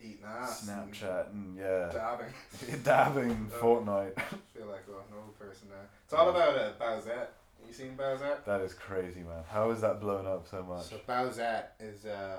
eating ass. and Snapchat and yeah, Dabbing. dabbing Oh. Fortnite. I feel like well, an old person now. It's all about uh, Bowsette. You seen Bowsette? That is crazy, man. How is that blown up so much? So Bowsette is uh,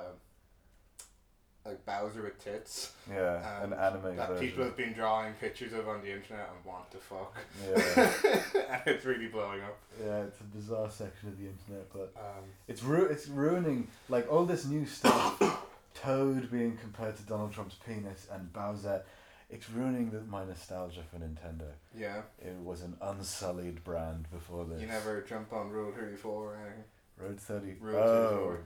like Bowser with tits yeah, um, an anime that people version. have been drawing pictures of on the internet and want to fuck. Yeah, and it's really blowing up. yeah, it's a bizarre section of the internet, but Um, it's ru- it's ruining like all this new stuff. Toad being compared to Donald Trump's penis and Bowser. It's ruining the, my nostalgia for Nintendo. yeah, It was an unsullied brand before this. you never jump on Road 34 or anything. Road 30. Road oh.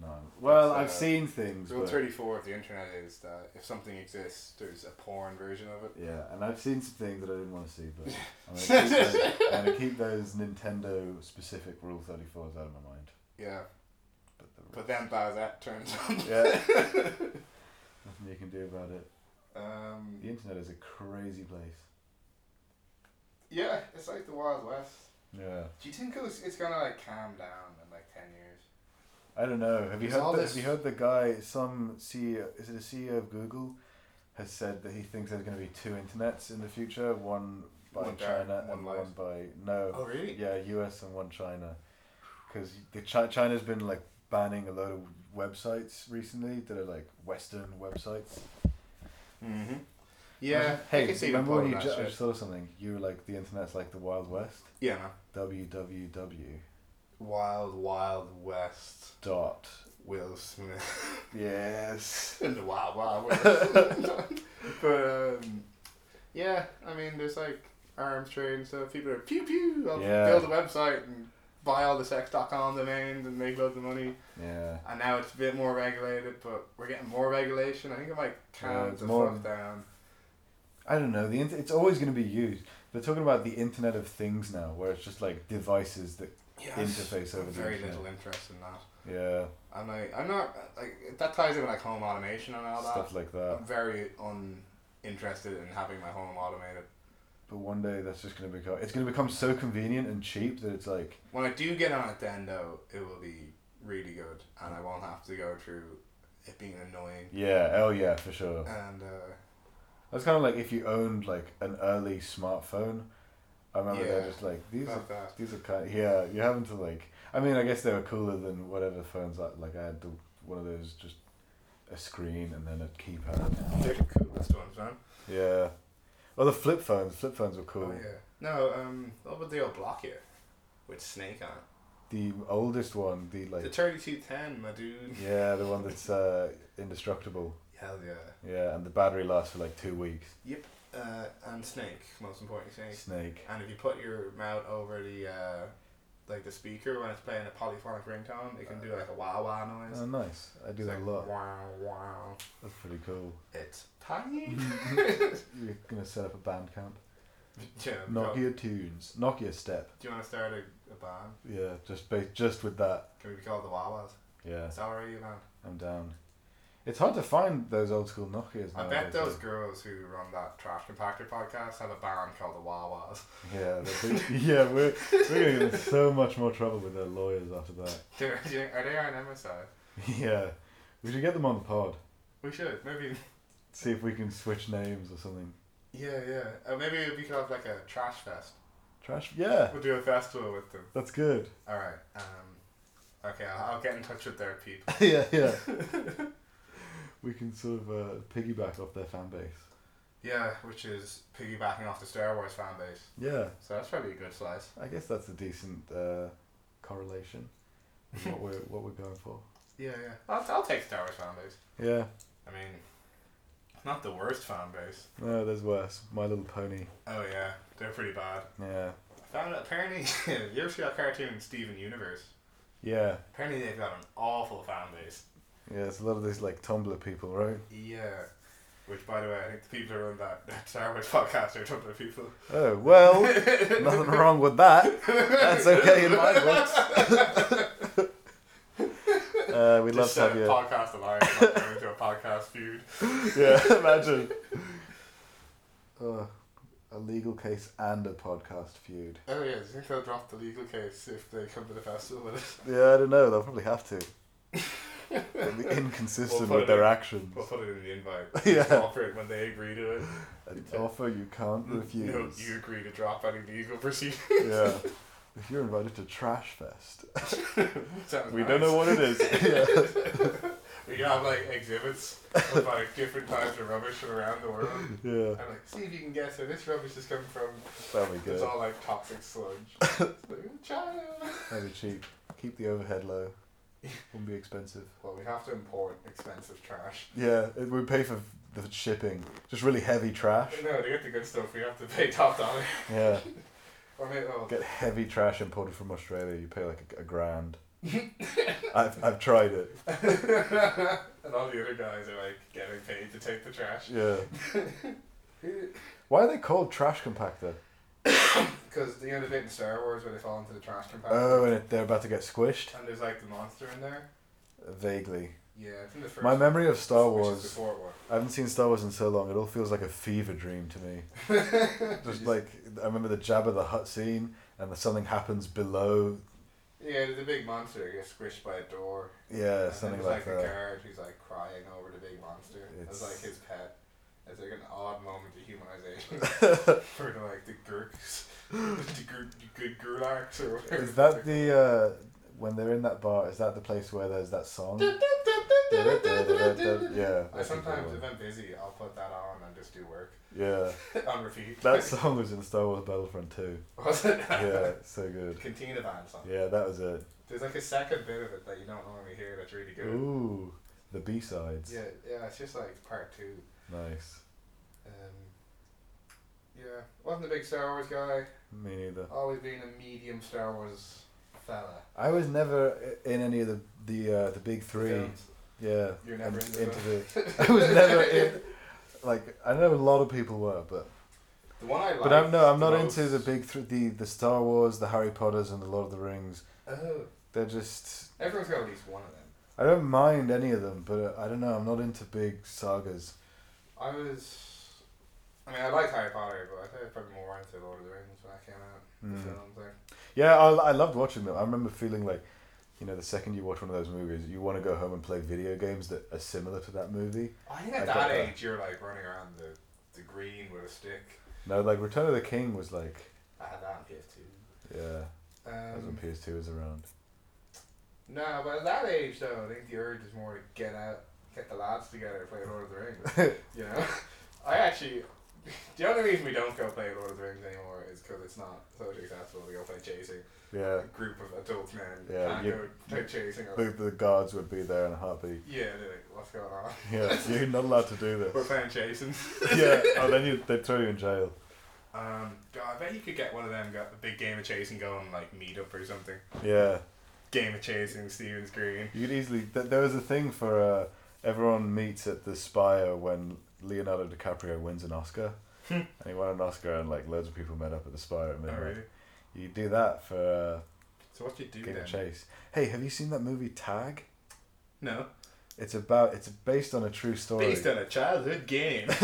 No. Well, That's, I've uh, seen things. Rule but- 34 of the internet is that if something exists, there's a porn version of it. Yeah, and I've seen some things that I didn't want to see, but I'm going to keep those, I'm gonna keep those Nintendo specific Rule 34s out of my mind. Yeah. But, the But then Bowsette turns on. Yeah. Nothing you can do about it. Um, The internet is a crazy place. yeah, it's like the Wild West. Yeah. Do you think it was, it's gonna like calm down in like 10 years? I don't know. Have you There's all heard the, this- have you heard the guy, some CEO, is it a CEO of Google, has said that he thinks there's going to be two internets in the future one by One dark, one China Oh, and light. one by. No. really? Oh, Yeah, US and one China, because Chi- China's been like banning a lot of websites recently that are like Western websites. Mm-hmm. Yeah. Hey, I can see the remember point when you of ju- that I shit. just saw something? You were like the internet's like the Wild West. Yeah, man. www Wild Wild West. dot. Will Smith. Yes. in the Wild Wild West. but um, yeah, I mean, there's like arms trade and stuff. People are pew pew. I'll Yeah. build a website and buy all the sex.com domains and make loads of money. Yeah. And now it's a bit more regulated, but we're getting more regulation. I think it might Yeah, calm it's the more- fuck down. I don't know. The inter- it's always going to be used. They're talking about the Internet of Things now, where it's just like devices that. Interface over the Very internet. little interest in that. Yeah. I'm like, I'm not like that ties in with like home automation and all that. Stuff like that. I'm very uninterested in having my home automated. But one day that's just going to become. It's going to become so convenient and cheap that it's like. When I do get on it then though, it will be really good and I won't have to go through it being annoying. Yeah. Oh yeah, for sure. And uh, That's kind of like if you owned like an early smartphone, I remember Yeah. they're just like these Fuck are that. these are kind. yeah, you having to like. I mean, I guess they were cooler than whatever phones I like. I had the, one of those just a screen and then a keypad. They're the coolest ones, man. Yeah. Well, the flip phones. Flip phones were cool. Oh yeah. No, um, what about the old block here with Snake on it? The oldest one, the like. The thirty-two ten, my dude. yeah, the one that's uh, indestructible. Hell yeah. Yeah, and the battery lasts for like two weeks. Yep. Uh, and Snake, most important Snake. Snake. And if you put your mount over the uh, like the speaker when it's playing a polyphonic ringtone, it can do like a wah wah noise. Oh, nice. I do It's that like a lot. wow wow. That's pretty cool. It's tiny. Mm-hmm. You're gonna set up a band camp. yeah, go. Nokia tunes. Nokia step. Do you want to start a, a band? Yeah, just ba- just with that. Can we be called the Wawas? Yeah, Is that alright, you man? I'm down. It's hard to find those old school Nokias. I bet nowadays, those though. girls who run that trash compactor podcast have a band called the Wawas. Yeah, they'll be- yeah, we're we're gonna get in so much more trouble with their lawyers after that. They're- Are they on MSI? Yeah, we should get them on the pod. We should maybe. See if we can switch names or something. Yeah, yeah. Uh, maybe we could have like a trash fest. Trash. Yeah, We'll do a festival with them. that's good. All right. Um, okay, I'll, I'll get in touch with their people. yeah, yeah. we can sort of uh, piggyback off their fan base. Yeah, which is piggybacking off the Star Wars fan base. Yeah, So that's probably a good slice. I guess that's a decent uh, correlation. in what we're what we're going for. Yeah, yeah. I'll, I'll take Star Wars fan base. Yeah. I mean, it's not the worst fan base. No, there's worse. My Little Pony. Oh yeah, they're pretty bad. Yeah. I found out apparently you ever see that cartoon Steven Universe? Yeah. Apparently they've got an awful fan base. Yeah, it's a lot of these like Tumblr people, right? Yeah. Which, by the way, I think the people who run that, that Star Wars podcast are Tumblr people. Oh, well, nothing wrong with that. That's okay in my books. uh, we'd love Just to set have a you. podcast alliance, not going into a podcast feud. Yeah, imagine. Uh, a legal case and a podcast feud. Oh yeah, do you think they'll drop the legal case if they come to the festival with us? Yeah, I don't know. They'll probably have to. They'll be inconsistent We'll put with their it- actions. We'll put it in the invite. Yeah. Just offer it when they agree to it. An offer you can't refuse. No, you agree to drop any legal proceedings. yeah. If you're invited to Trash Fest, Sounds we nice. don't know what it is. yeah. We can have like exhibits of like different types of rubbish from around the world. yeah, And like, see if you can guess where this rubbish is coming from. that'll be It's good. all like toxic sludge. It's like, China. That'll be cheap. Keep the overhead low. Won't be expensive. Well, we have to import expensive trash. Yeah, it, we pay for the shipping. Just really heavy trash. No, to get the good stuff, we have to pay top dollar. Yeah, Or maybe, oh, get heavy trash imported from Australia. You pay like a, a grand. I've I've tried it. and all the other guys are like getting paid to take the trash Yeah. Why are they called trash compactor? because the end of it in Star Wars where they fall into the trash Oh, compactor and it, they're about to get squished. and there's like the monster in there. Vaguely. Yeah, it's in the first. My memory of Star which is Wars. the fourth one. I haven't seen Star Wars in so long. It all feels like a fever dream to me. Just like I remember the Jabba the Hutt scene, and the, something happens below. Yeah, there's a big monster that gets squished by a door. Yeah, and Uh, something then there's like, like, a that. guard who's like crying over the big monster. It's It's- like his pet. It's like an odd moment of humanization for like the Gurks, the Gur- the good Gurlaks or whatever. Is that the uh, when they're in that bar? Is that the place where there's that song? yeah. I that's a good sometimes, one. if I'm busy, I'll put that on and just do work Yeah, on repeat. that song was in Star Wars Battlefront 2. was it? Yeah, it's so good. Cantina band song. Yeah, that was it. There's like a second bit of it that you don't normally hear that's really good. Ooh, the B sides. Yeah, yeah, it's just like part two. Nice. Um, yeah, wasn't a big Star Wars guy. Me neither. Always been a medium Star Wars fella. I was never i- in any of the the uh, the big three. Films. Yeah, You're never and into the. I was never in. Like I know a lot of people were, but The one I like. but I'm no, I'm the not most- into the big three, the the Star Wars, the Harry Potters, and the Lord of the Rings. Oh, They're just. everyone's got at least one of them. I don't mind any of them, but uh, I don't know. I'm not into big sagas. I was. I mean, I like Harry Potter, but I think I was probably more into Lord of the Rings when I came out. Mm. The films, like. Yeah, I, I loved watching them. I remember feeling like, you know, the second you watch one of those movies, you want to go home and play video games that are similar to that movie. I think at I that get that. age, you're like running around the, the green with a stick. No, like Return of the King was like I had PS2. Yeah, that's when Um, PS2 was around. no, but at that age, though, I think the urge is more to get out, get the lads together and play Lord of the Rings. you know? I actually. The only reason we don't go play Lord of the Rings anymore is because it's not socially acceptable to go play chasing. Yeah, A group of adult men Yeah, can't you- go play chasing. the, the guards would be there in a heartbeat. yeah, they're like, what's going on? Yeah, you're not allowed to do We're this. playing chasing. Yeah, oh, then you, they'd throw you in jail. Um, God, I bet you could get one of them, got the big game of chasing going, like meetup or something. Yeah, Game of chasing, Stevens Green. you could easily. Th- there was a thing for uh, everyone meets at the Spire when Leonardo DiCaprio wins an Oscar, and he won an Oscar, and like loads of people met up at the Spire at Hmm. Oh, midnight. really? You do that for So what you do uh, Game then? of Chase. Hey, have you seen that movie Tag? no, It's about. It's based on a true story. based on a childhood game.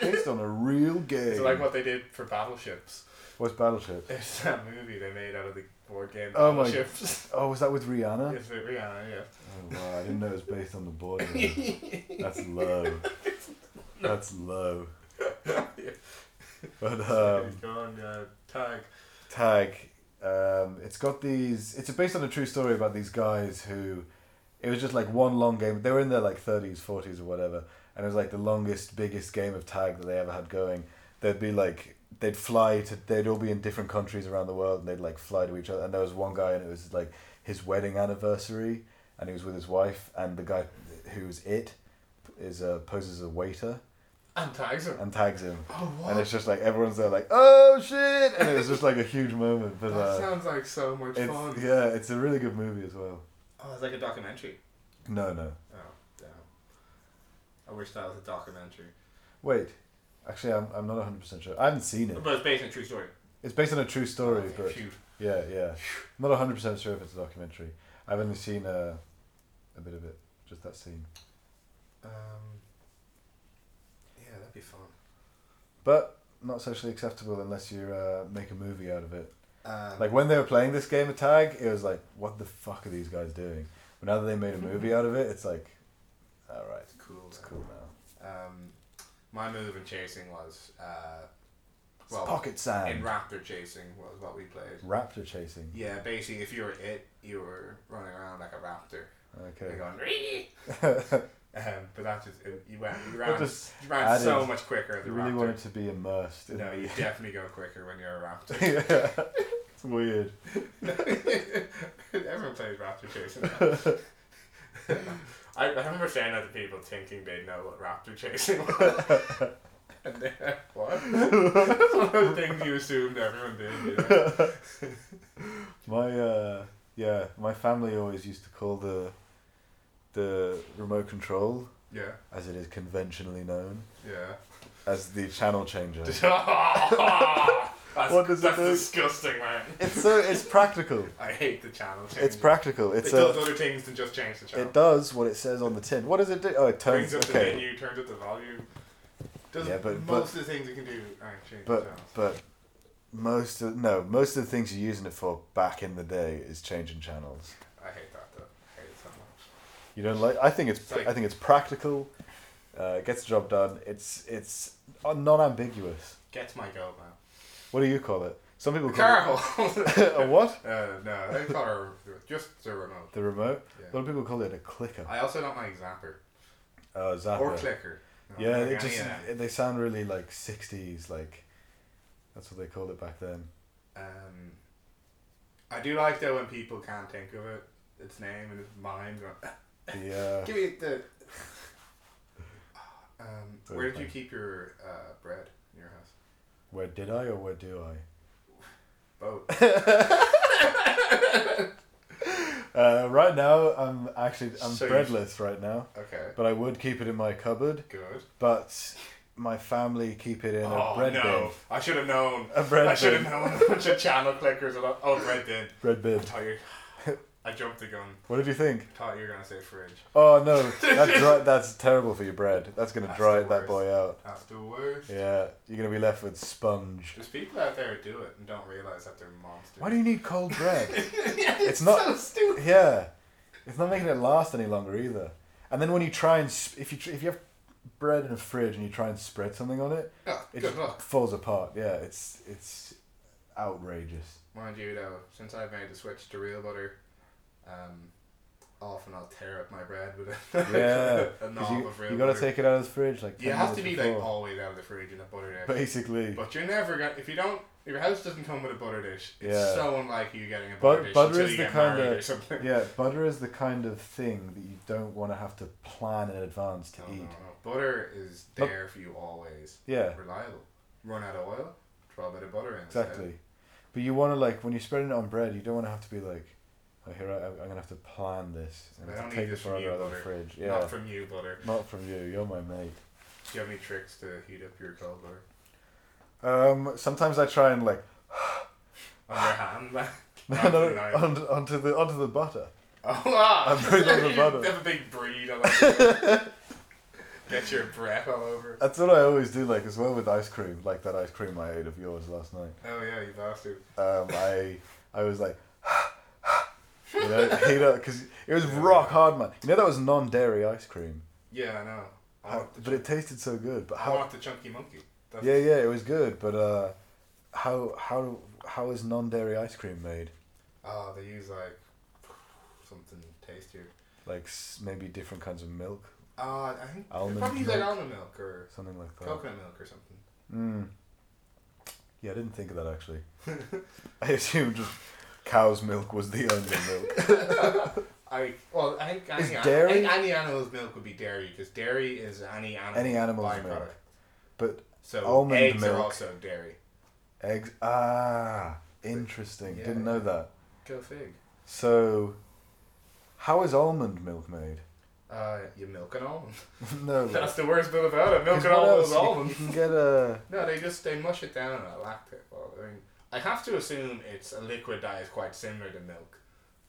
Based on a real game. It's like what they did for Battleships. What's Battleship? There's that movie they made out of the board game Oh my- Battleships. Oh, was that with Rihanna? It's with Rihanna, yeah. Oh, wow, I didn't know it was based on the board. game. That's low. That's low. Um, But um, It's gone, uh, tag. tag. Um, it's got these. It's based on a true story about these guys who. It was just like one long game. They were in their like thirties, forties, or whatever, and it was like the longest, biggest game of tag that they ever had going. They'd be like, they'd fly to. They'd all be in different countries around the world, and they'd like fly to each other. And there was one guy, and it was like his wedding anniversary, and he was with his wife, and the guy who's it is uh, poses as a waiter And tags are. and tags him. Oh, And what? it's just like everyone's there, like oh shit, and it was just like a huge moment. But That uh, sounds like so much it's fun. yeah, it's a really good movie as well. Oh, it's like a documentary. No, no, Oh, damn. I wish that was a documentary. wait, actually, I'm I'm not hundred percent sure. I haven't seen it. But it's based on a true story. Oh, It's based on a true story, but Phew. yeah, yeah, I'm not hundred percent sure if it's a documentary. I've only seen uh, a bit of it, just that scene. Um, yeah, that'd be fun. But not socially acceptable unless you uh, make a movie out of it. Um, Like when they were playing this game of tag, it was like, what the fuck are these guys doing? But now that they made a movie out of it, it's like, all right, it's cool. it's though. cool now. Um, my move in chasing was uh, It's well, pocket Mm. sand. in raptor chasing was what we played. Raptor chasing. Yeah, basically, if you were it, you were running around like a raptor. You're Okay. going. "Ree!" Um, but that just it, you went you ran, just you ran so added- much quicker as a you really raptor. wanted to be immersed. In no, you the- definitely go quicker when you're a raptor. yeah. It's weird. Everyone plays Raptor Chasing. now. I, I remember saying that to people thinking they know what Raptor Chasing was. and they're what? It's one of those things you assumed everyone did. You know? My uh, yeah, my family always used to call the the remote control, Yeah, as it is conventionally known, yeah. as the channel changer. that's What does it that's do? disgusting, man. it's so it's practical. I hate the channel change. It's practical. It's It a does other things than just change the channel. It does what it says on the tin. What does it do? Oh, it turns. Brings up the okay, menu, turns up the volume. Does Yeah, but- most of the things it can do aren't change the but channels. but most of no most of the things you're using it for back in the day is changing channels. I hate that though. I hate it so much. You don't like. I think it's. It's like- I think it's practical. Uh, gets the job done. It's it's non ambiguous. Gets my goat, man. What do you call it? Some people call Carol! it a what? uh, no, they call her just the remote. The remote. Yeah. A lot of people call it a clicker. I also don't like Zapper. Oh, zapper. Or Clicker. No, Yeah, I don't they like any just of that. they sound really like '60s. Like that's what they called it back then. Um, I do like though when people can't think of it, its name and its mind. Going, The uh, "Ah, Give me the. Um, Very where did you funny. keep your uh, bread in your house? where did I or where do I? Both. Uh, right now, I'm actually I'm So you- breadless right now, Okay. but I would keep it in my cupboard. Good. But my family keep it in oh a bread no! bin. I should have known. A bread I should have bin. known a bunch of channel clickers. About, oh, bread bin. Bread bin. Thought you. I jumped the gun. What did you think? Thought you were gonna say fridge. Oh no, that dry, that's terrible for your bread. That's gonna That's dry the that boy out. That's the worst. Yeah, you're gonna be left with sponge. There's people out there who do it and don't realize that they're monsters. Why do you need cold bread? yeah, It's not- so stupid. yeah, it's not making it last any longer either. And then when you try and sp- if you tr- if you have bread in a fridge and you try and spread something on it, Oh, it good just luck. falls apart. Yeah, it's it's outrageous. Mind you, though, since I've made the switch to real butter, um, often I'll tear up my bread with a, Yeah, a 'cause knob you, of real you gotta butter. take it out of the fridge like. 10 You have to be minutes like oh. before. always out of the fridge and a butter dish. basically. But you're never gonna if you don't if your house doesn't come with a butter dish. It's Yeah. so unlike you getting a butter But dish butter until is you the get kind married of or something. yeah, butter is the kind of thing that you don't want to have to plan in advance to No, eat. no, no. Butter is But- there for you always. Yeah, Reliable. Run out of oil, draw a bit of butter in. instead. exactly. But you want to like when you're spreading it on bread, you don't want to have to be like, oh, here I, I'm gonna have to plan this and I have don't to need take it this from forever you, out of the butter. fridge. Yeah, Not from you, butter. not from you. You're my mate. Do you have any tricks to heat up your cold butter? Um, sometimes I try and like On your hand, like. no, Onto the no, knife. onto, onto the onto the butter. Oh, ah! I'm pretty sure the You butter. Have a big breed all over. Get your breath all over. That's what I always do. Like as well with ice cream, like that ice cream I ate of yours last night. Oh yeah, you bastard. um, I I was like, you know, heat up because it was rock hard, man. You know that was non-dairy ice cream, Yeah, I know. I How- want Oh, the Oh, but it tasted so good. But I how? want the chunky monkey. That's Yeah, yeah, it was good. But uh, how how how is non-dairy ice cream made? Oh, they use like something tastier. Like s- maybe different kinds of milk, Uh, I think Almond they probably use like milk. Oh. almond milk or something like that. coconut milk or something. Mm. Yeah, I didn't think of that actually. I assumed just cow's milk was the only milk. I well, I think, I Is think, dairy- I think any animal's milk would be dairy because dairy is any animal Any animal's byproduct. milk. But So Almond eggs are milk. also dairy. eggs, ah, interesting. Yeah. Didn't know that. Go fig. So, how is almond milk made? Uh, you milk an almond. no, That's the worst bit about it. Milk 'Cause an what almond else? is You- almond. You can get a No, they just they mush it down and I lact it. Well, I mean, I have to assume it's a liquid that is quite similar to milk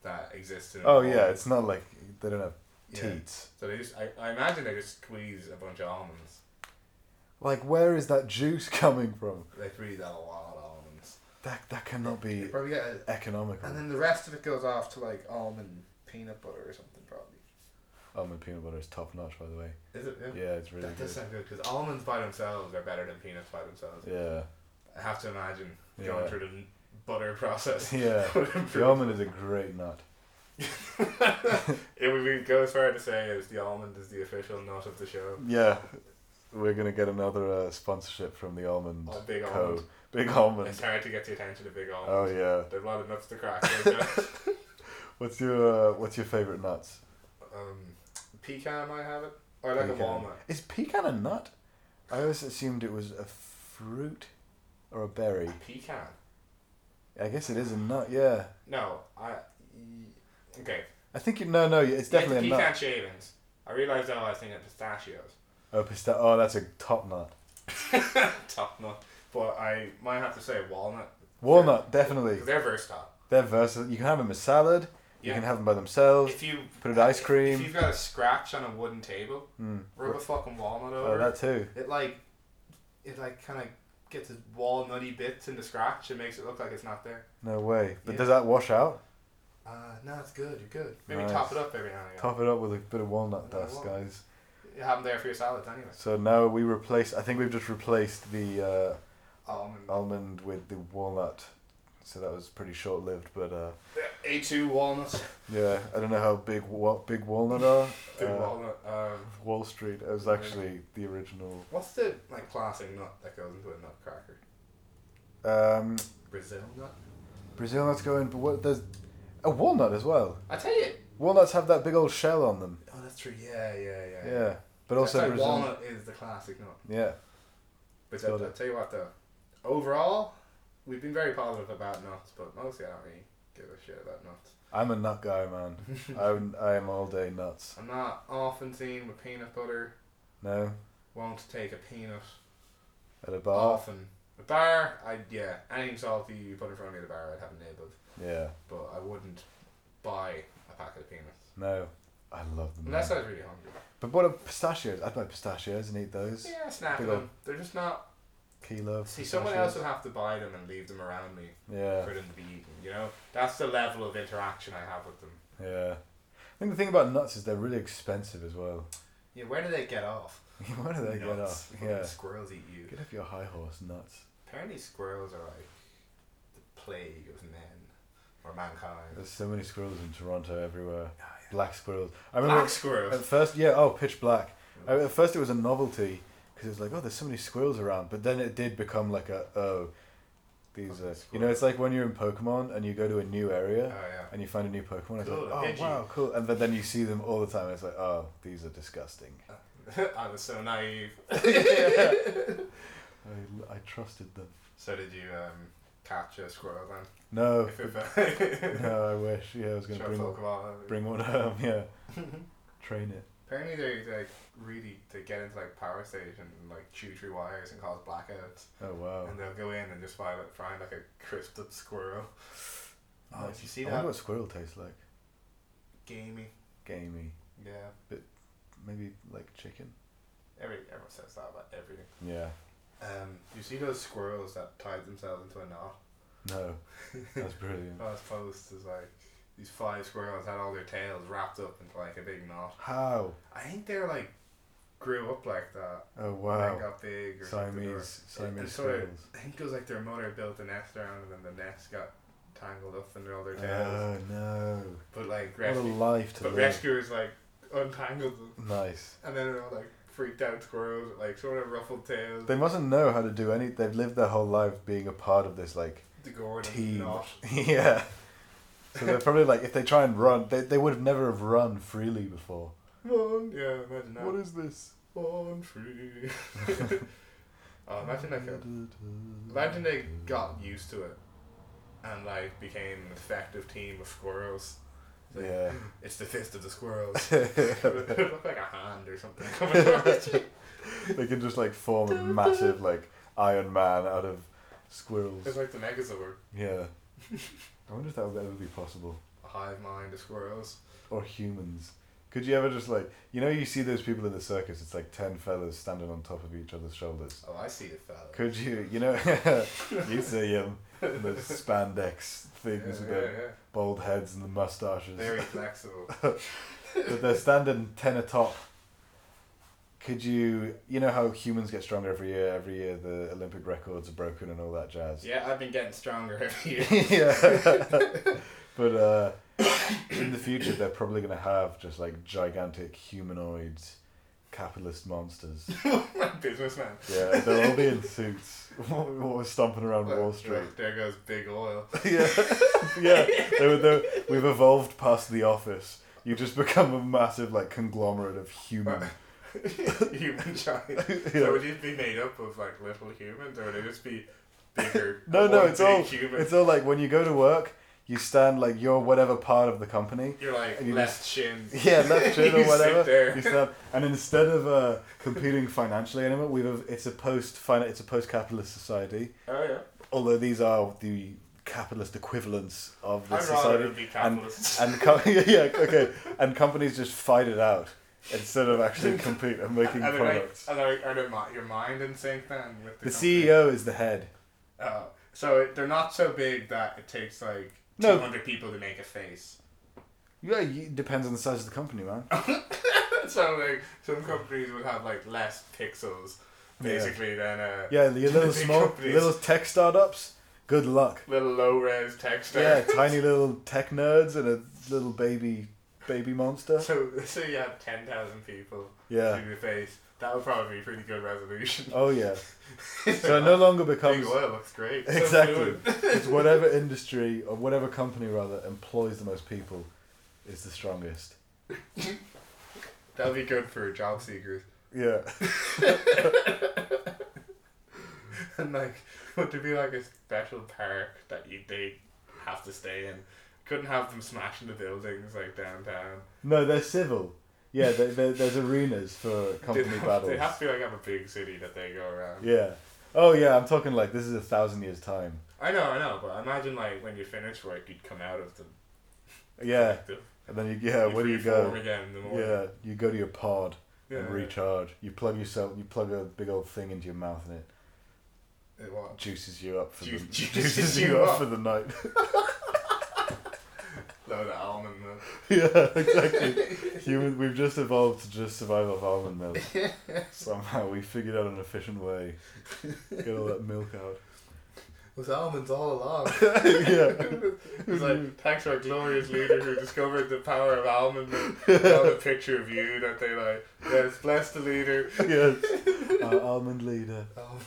that exists in. oh an yeah, almond. it's not like they don't have Yeah. teats. So they just, I, I imagine they just squeeze a bunch of almonds. Like where is that juice coming from? They breathe out a lot of almonds. That that cannot be They probably get a, economical. and then the rest of it goes off to like almond peanut butter or something probably. Almond peanut butter is top notch, by the way. Is it? Yeah. Yeah, it's really that does good. sound good because almonds by themselves are better than peanuts by themselves. Yeah, I have to imagine going Yeah. through the butter process. yeah. would improve. the almond is a great nut. It would be, go as far to say as the almond is the official nut of the show. Yeah, we're gonna get another uh, sponsorship from the almond. Oh, Big Co. Almond. Big almond. It's hard to get the attention of big almonds. Oh yeah. There's a lot of nuts to crack. isn't there? What's your uh, what's your favorite nuts? um, pecan might have it, or like a Pecan. walnut. Is pecan a nut? I always assumed it was a fruit or a berry. Pecan. I guess it is a nut. Yeah. No, I. Okay. I think you, no, no. It's definitely yeah, a pecan nut. shavings. I realized oh, I was thinking of pistachios. Oh, pista- oh, that's a top nut. Top nut. But I might have to say walnut. Walnut, definitely. 'cause they're versatile. They're versatile. You can have them as salad. You Yeah. can have them by themselves. If you Put it with ice if cream. you've got a scratch on a wooden table, Mm. rub a fucking walnut over. Oh, it. that too. it like it like kind of gets its walnutty bits in the scratch and makes it look like it's not there. No way. But Yeah. does that wash out? Uh, no, it's good. You're good. Maybe Nice. top it up every now and again. Top it up with a bit of walnut Yeah, dust, walnut. guys. You have them there for your salads anyway. So now we replace. I think we've just replaced the uh, Almond. almond with the walnut. So that was pretty short lived, but uh, A two walnuts. yeah, I don't know how big wa- big walnut are. Two Uh, walnut. Um, Wall Street. It was actually the original. what's the like classic nut that goes into a nutcracker? Um, Brazil nut. Brazil nuts go in, but what there's a walnut as well. I tell you. Walnuts have that big old shell on them. Oh, that's true. Yeah, yeah, yeah. Yeah, but That's also like Brazil. walnut is the classic nut. Yeah, But Got I'll, I'll it. tell you what though. Overall, we've been very positive about nuts, but mostly I don't really give a shit about nuts. I'm a nut guy, man. I'm I am all day nuts. I'm not often seen with peanut butter. No, Won't take a peanut at a bar. often. A bar, I yeah, anything salty you put in front of me at a bar, I'd have a nib of. Yeah, But I wouldn't buy a packet of peanuts no, I love them. unless man. I was really hungry. But what are pistachios? I'd buy pistachios and eat those. Yeah, snap Big them. ol'- They're just not. Kilo. of See, someone else pistachios. would have to buy them and leave them around me Yeah, for them to be eaten. You know, that's the level of interaction I have with them. yeah. I think the thing about nuts is they're really expensive as well. Yeah, where do they get off? Where do they get Nuts. off? Fucking Yeah. Squirrels eat you. Get off your high horse, nuts. Apparently, squirrels are like the plague of men or mankind. There's so many squirrels in Toronto everywhere. yeah. Black squirrels. I remember Black at squirrels. first, yeah, oh, pitch black. I- At first, it was a novelty because it was like, oh, there's so many squirrels around. But then it did become like a oh, these are you know, it's like when you're in Pokemon and you go to a new area Oh, yeah. and you find a new Pokemon. It's Cool, like, oh edgy. wow, cool. And but then you see them all the time. And it's like, oh, these are disgusting. I was so naive. I, I trusted them. So did you um, catch a squirrel then? No, If it no, I wish. Yeah, I was Should gonna I bring talk about it? bring one home. Yeah, train it. Apparently they like really they get into like power stations and like chew through wires and cause blackouts. Oh wow. And they'll go in and just find like, find like a crisped up squirrel. Oh, Nice. did you see I wonder that? what squirrel tastes like. Gamey. Gamey, Yeah. maybe like chicken. Every everyone says that about everything. Yeah. Um, you see those squirrels that tied themselves into a knot? Oh, No, that's brilliant. Last post is like these five squirrels had all their tails wrapped up into like a big knot. How? I think they're like grew up like that. Oh They wow. got big or something. Or, Siamese, and Siamese sort of- squirrels. I think it was like their mother built a nest around them and the nest got tangled up under all their tails. Oh no! but like What a rescue, life to but live. rescuers like untangled them Nice. and then they're all like freaked out squirrels with, like sort of ruffled tails. They mustn't know how to do any. They've lived their whole life being a part of this like the gourd and team. knot. yeah. So they're probably like, if they try and run, they, they would have never have run freely before. One, yeah, imagine that. What is this? One tree. oh, imagine like a, imagine they got used to it, and like became an effective team of squirrels. It's like, Yeah. It's the fist of the squirrels. it looked like a hand or something coming towards you. They can just like form a massive like Iron Man out of squirrels. It's like the Megazord, Yeah. I wonder if that would ever be possible. a hive mind of squirrels. Or humans. Could you ever just like you know you see those people in the circus, it's like ten fellas standing on top of each other's shoulders. Oh, I see it, fella. Could you you know you see them those spandex Yeah, things with yeah, their yeah. bald heads and the mustaches. Very flexible. But they're standing ten atop. Could you you know how humans get stronger every year, every year the Olympic records are broken and all that jazz. Yeah, I've been getting stronger every year. yeah. but uh, in the future, they're probably going to have just like gigantic humanoid capitalist monsters. Businessman. Yeah, they'll all be in suits. What what was stomping around Wall Street? There goes big oil. yeah, yeah. They were, they were- we've evolved past the office. You just become a massive like conglomerate of human. Human giant. Yeah. So would it be made up of like little humans or would it just be bigger? No, no, one it's big all human. it's all like when you go to work, you stand like you're whatever part of the company. You're like and you left shin. Yeah, left chin You or sit whatever. there. You stab- and instead of uh, competing financially anymore, we've it's a post it's a post capitalist society. Oh yeah. Although these are the capitalist equivalents of the I'd rather society. it be capitalist. And co- yeah, okay. And companies just fight it out instead of actually compete and making And, are they like, products. are they, are they mi- your mind in sync then with the, The E company? CEO is the head. Oh, so it- they're not so big that it takes like No. 200 people to make a face. Yeah, you, depends on the size of the company, man. so like some companies would have like less pixels basically than a Yeah, your Big little small, companies. little tech startups. Good luck. little low res text. Yeah, tiny little tech nerds and a little baby baby monster. So, so you have 10,000 people Yeah. to your face. That would probably be a pretty good resolution. Oh yeah. So it no longer Big becomes oil looks great. So exactly. fluid. It's whatever industry or whatever company rather employs the most people is the strongest. That'd be good for job seekers. Yeah. And like, would there be like a special park that you they have to stay in? Couldn't have them smashing the buildings like downtown. No, they're civil. Yeah, they they there's arenas for They'd company have- battles. They'd have to like have a big city that they go around. Yeah. Oh yeah, I'm talking like this is a thousand years time. I know, I know, but imagine like when you finish work, you'd come out of them. Yeah. And then you yeah, where do you go? Again in the morning. Yeah, you go to your pod. Yeah, and yeah. recharge. You plug yourself, you plug a big old thing into your mouth, and it It was. juices you up for Ju- the juices juices you you up up. for the night. Load of almond milk. yeah, exactly. Human, we've just evolved to just survive off almond milk. Somehow we figured out an efficient way. Get all that milk out. was almonds all along. yeah. It's like, thanks to our glorious leader who discovered the power of almond and got a picture of you that they like, yes, bless the leader. Yes. Our almond leader. Um,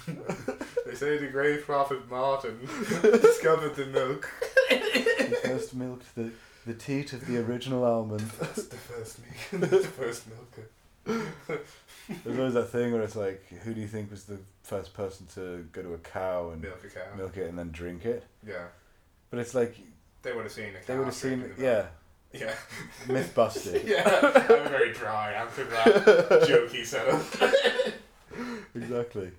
they say the great prophet Martin discovered the milk. He first milked the, the teat of the original almond. That's the first milk. the first milk. There's always that thing where it's like, who do you think was the first person to go to a cow and Milk a cow. milk it and then drink it? Yeah. But it's like, They would have seen it. they would have seen, yeah, Yeah. myth busted. Yeah. I'm very dry after that joke he set up. Exactly.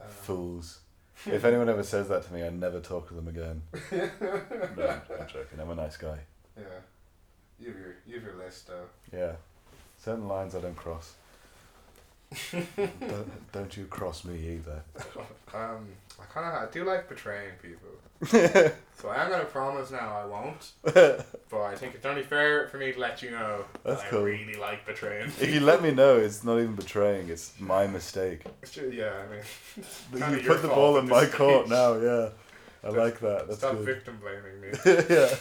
Um, Fools. If anyone ever says that to me, I never talk to them again. No, I'm, I'm joking. I'm a nice guy. Yeah. You have your, you have your list, though. Yeah. Certain lines I don't cross. don't, don't you cross me either. Um, I kind of I do like betraying people. so I am going to promise now I won't. But I think it's only fair for me to let you know That's that cool. I really like betraying. If you let me know, it's not even betraying. It's my mistake. It's ju- yeah, I mean, it's You kinda your put the fault ball at in this my court stage. now. Yeah. I like that. That's Stop good. victim blaming me. yeah.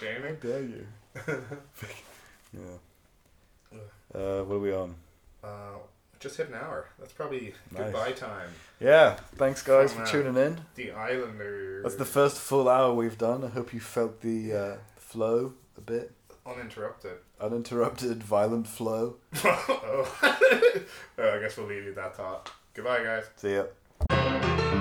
Shaming? Dare you? yeah. Uh, what are we on? Uh, just hit an hour. That's probably Nice. goodbye time. Yeah. Thanks, guys, for Wow. tuning in. The Islander. That's the first full hour we've done. I hope you felt the uh, flow a bit. uninterrupted. Uninterrupted, violent flow. oh. Uh, I guess we'll leave you with that thought. Goodbye, guys. See ya.